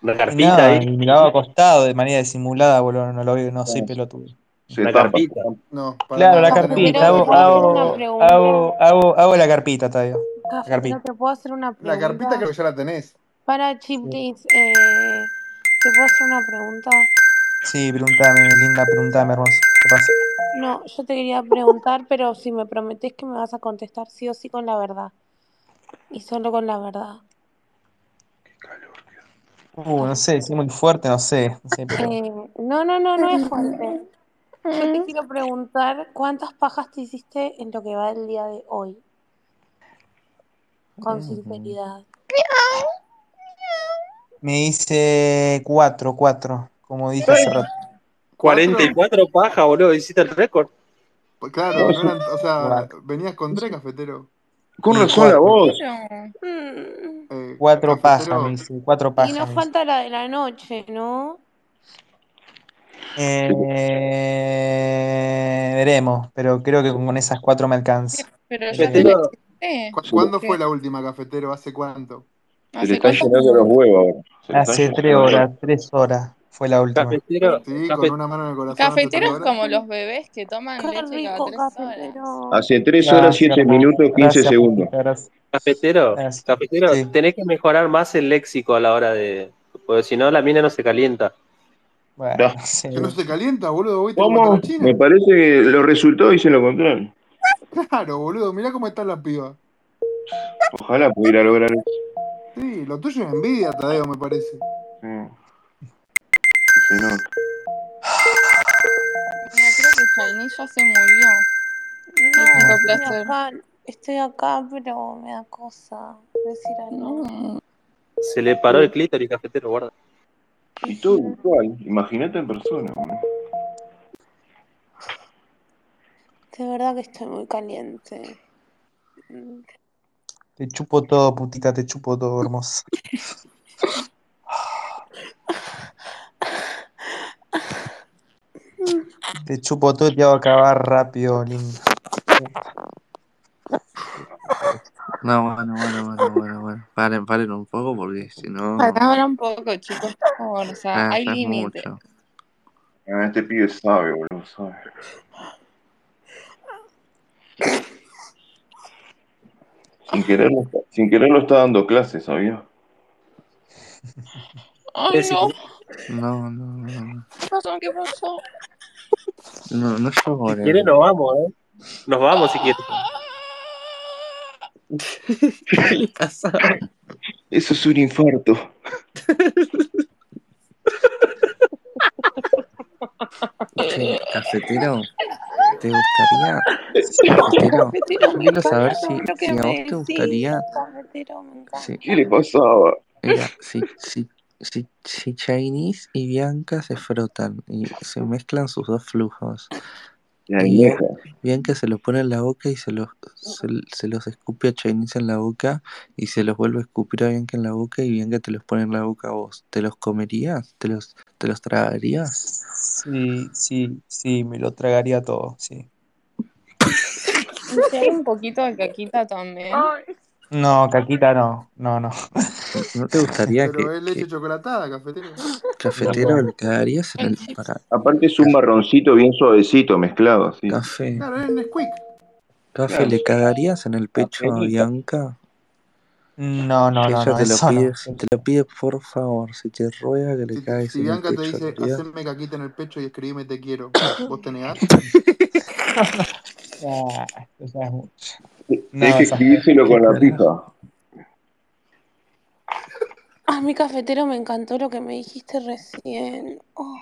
S7: una
S1: Y
S7: carpita
S1: nada,
S7: ahí?
S1: y miraba acostado de manera disimulada, boludo. No lo veo, no soy
S4: No,
S1: pelotudo.
S4: se
S7: Una
S4: tapa. se
S7: carpita.
S4: tapa.
S3: No, para
S1: Claro,
S3: nada,
S1: la
S3: no tenemos
S1: carpita.
S2: Cafetero,
S3: nada
S2: ¿te
S1: Hago,
S2: puedo hacer
S3: para
S1: hago,
S2: una
S3: eso.
S2: pregunta?
S1: hago, hago, hago la carpita, Tadeo. La
S2: Cafetero,
S1: carpita.
S2: ¿te puedo hacer una
S3: La carpita
S2: pregunta?
S3: creo que ya la tenés.
S2: Para
S1: Sí,
S2: Chiplis, eh, ¿te puedo hacer una pregunta?
S1: Sí, preguntame, linda, preguntame, hermosa. ¿Qué pasa?
S2: No, yo te quería preguntar, pero si me prometés que me vas a contestar sí o sí con la verdad. Y solo con la verdad.
S1: Uh, no sé, soy muy fuerte, no sé, no sé, pero.
S2: Eh, no, no, no, no es fuerte. Yo te quiero preguntar cuántas pajas te hiciste en lo que va el día de hoy,
S3: Mm.
S2: con
S1: Ujú.
S2: sinceridad.
S1: Me hice cuatro, cuatro, como dije hace rato.
S3: ¿Cuatro?
S7: 44 paja, boludo, hiciste el récord.
S3: Pues claro,
S4: Vos,
S3: no eran, o sea,
S1: Cuatro.
S3: venías con tres cafetero.
S4: con
S1: Y
S4: razón la
S1: cuatro.
S4: voz.
S6: Cafetero.
S2: Mm.
S3: Eh,
S1: Cuatro pajas me
S3: cafetero,
S1: hice, cuatro
S2: Y
S1: pajas
S2: nos
S1: me hice.
S2: falta la de la noche, ¿no?
S1: Eh, veremos, pero creo que con esas cuatro me alcanza.
S6: Pero
S1: Creo
S6: ya te
S1: que-
S6: la
S7: Cafetero,
S6: hiciste.
S3: ¿cu-
S4: Se le,
S3: ¿cuándo fue
S6: ¿Qué?
S3: la última cafetero? ¿Hace cuánto?
S4: se le
S6: ¿Hace
S4: están
S6: cuánto
S4: llenando los
S6: fue?
S4: huevos ahora. Se le están
S1: Hace tres
S4: llenando los
S1: horas, tres horas. Fue la última.
S7: Cafetero,
S3: Sí, con
S7: cafetero.
S3: una mano en el corazón.
S6: Cafetero
S3: ¿no
S6: es
S3: te acordás?
S6: como los bebés que toman
S2: Qué
S6: Ah, leche cada
S2: rico,
S6: tres horas.
S9: Ah,
S2: cafetero.
S4: Hace 3 horas, 7 minutos, 15 segundos.
S1: Gracias.
S7: Cafetero,
S1: Gracias.
S7: cafetero,
S1: Ah, Sí.
S7: tenés que mejorar más el léxico a la hora de. Porque si no, la mina no se calienta.
S1: Bueno,
S4: No.
S1: sí.
S3: Que no se calienta, boludo. ¿Viste cómo está
S4: ¿Cómo?
S3: la China?
S4: Me parece que los resultados dicen lo contrario.
S3: Claro, boludo. Mirá cómo está la piba.
S4: Ojalá pudiera lograr eso.
S3: Sí, lo tuyo es envidia, Tadeo, me parece.
S4: Sí. Se nota.
S6: Mira, creo que Chayní ya se murió.
S2: No,
S6: Me tengo
S2: estoy
S6: placer.
S2: acá, estoy acá, pero me da cosa decir algo.
S6: No.
S7: Se le paró el clítoris, cafetero, guarda.
S4: Y todo virtual. Imagínate en persona. boludo.
S2: De verdad que estoy muy caliente. Mm.
S1: Te chupo todo, putita, te chupo todo, hermoso. Te chupo todo y te hago acabar rápido, lindo.
S9: No, bueno, bueno, bueno, bueno, bueno. Paren, paren un poco porque si no.
S6: Pará, pará un poco, chicos, por favor. O sea,
S9: Ah,
S6: Ah, hay
S9: ya es
S6: límites.
S9: mucho.
S4: Ah, Este pibe sabe, boludo, sabe. Sin querer, lo está- sin querer lo está dando clases, ¿sabía?
S6: Ay, no.
S9: No, no, no. no.
S6: ¿Qué pasó? ¿Qué pasó?
S9: No, no
S7: Si
S9: llores.
S7: quiere, nos vamos, ¿eh? Nos vamos si quiere.
S9: ¿Qué le pasa?
S4: Eso es un infarto.
S9: Che, cafetero, ¿te gustaría?
S6: Ah.
S9: Cafetero,
S2: Cafetero,
S9: yo
S2: me
S9: quiero saber si,
S2: encanta lo que
S9: si a vos
S2: me
S9: te
S2: decís.
S9: gustaría.
S2: Cafetero, me encanta.
S9: Si,
S4: ¿Qué le pasaba?
S9: era, si, si, si, si Chinese y Bianca se frotan y se mezclan sus dos flujos.
S4: La
S9: Y Bian-
S4: añeja.
S9: Bianca se los pone en la boca y se los, se, se los escupe a Chinese en la boca y se los vuelve a escupir a Bianca en la boca y Bianca te los pone en la boca a vos. ¿Te los comerías? ¿Te los, te los tragarías?
S1: Sí, sí, sí, me lo tragaría todo, sí.
S6: ¿Y si hay un poquito de caquita también?
S1: No, Caquita no, no, no.
S9: ¿No te gustaría
S3: Pero
S9: que,
S3: es
S9: que
S3: leche chocolatada, cafetero.
S9: cafetero le cagarías en el para
S4: Aparte es un marroncito bien suavecito, mezclado, así.
S9: café?
S3: Claro, es Nesquik.
S9: Cafe,
S4: Claro.
S9: ¿le cagarías en el pecho a
S4: Apenita.
S9: Bianca?
S1: No, no,
S9: Que
S1: no,
S9: ella
S1: no,
S9: te lo
S1: eso
S9: pide,
S1: no.
S9: si te lo pide por favor, si te ruega que le
S3: Si, te-
S9: cagues
S3: si
S9: en el
S3: Bianca te
S9: pecho, ¿lo
S3: dice,
S9: harías?
S3: haceme caquita en el pecho y escribime te quiero, ¿vos te negás?
S1: Ah, eso ya es mucho.
S4: Hay
S1: No,
S4: que
S1: esa-
S4: escribírselo
S9: ¿Qué
S4: con la
S9: carajo?
S4: pija.
S2: A Ah, mi cafetero me encantó lo que me dijiste recién. Oh,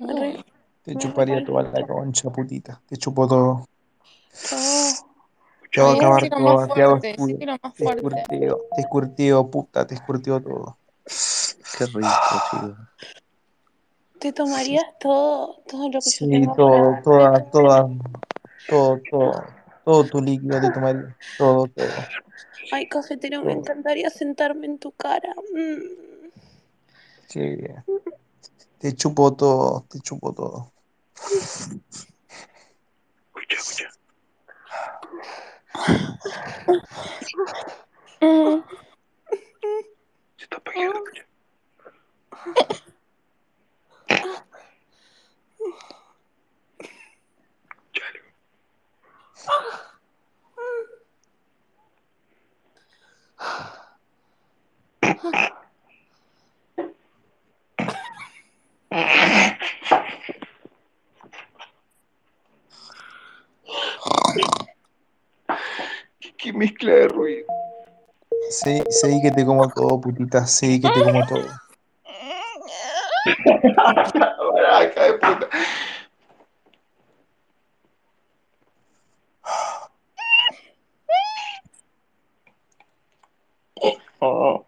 S2: me re-
S1: te
S2: me
S1: chuparía toda la
S2: recalienta
S1: concha, putita. Te chupo todo.
S2: todo.
S1: Te hago
S6: Ay,
S1: acabar
S6: decilo más
S1: todo, te hago
S6: fuerte,
S1: escudo.
S6: decilo más
S1: Te
S6: fuerte.
S1: escurteo, te escurteo, puta, te escurteo todo.
S9: Qué rico, chicos.
S2: Te tomarías todo, todo lo que yo
S1: Sí,
S2: tengo para
S1: todo,
S2: darte.
S1: toda, toda, todo, todo, todo tu líquido te tomaría, todo, todo,
S2: Ay, cafetero, me
S1: todo.
S2: encantaría sentarme en tu cara. Mm.
S1: Qué bien. Te chupo todo, te chupo todo.
S4: Escucha, escucha.
S6: Mm.
S4: Se está paqueando, escucha. Chale. Qué, qué mezcla de ruido.
S1: Sí, sí que te como todo, putita, sí que te como todo.
S4: Baraca de puta. Oh.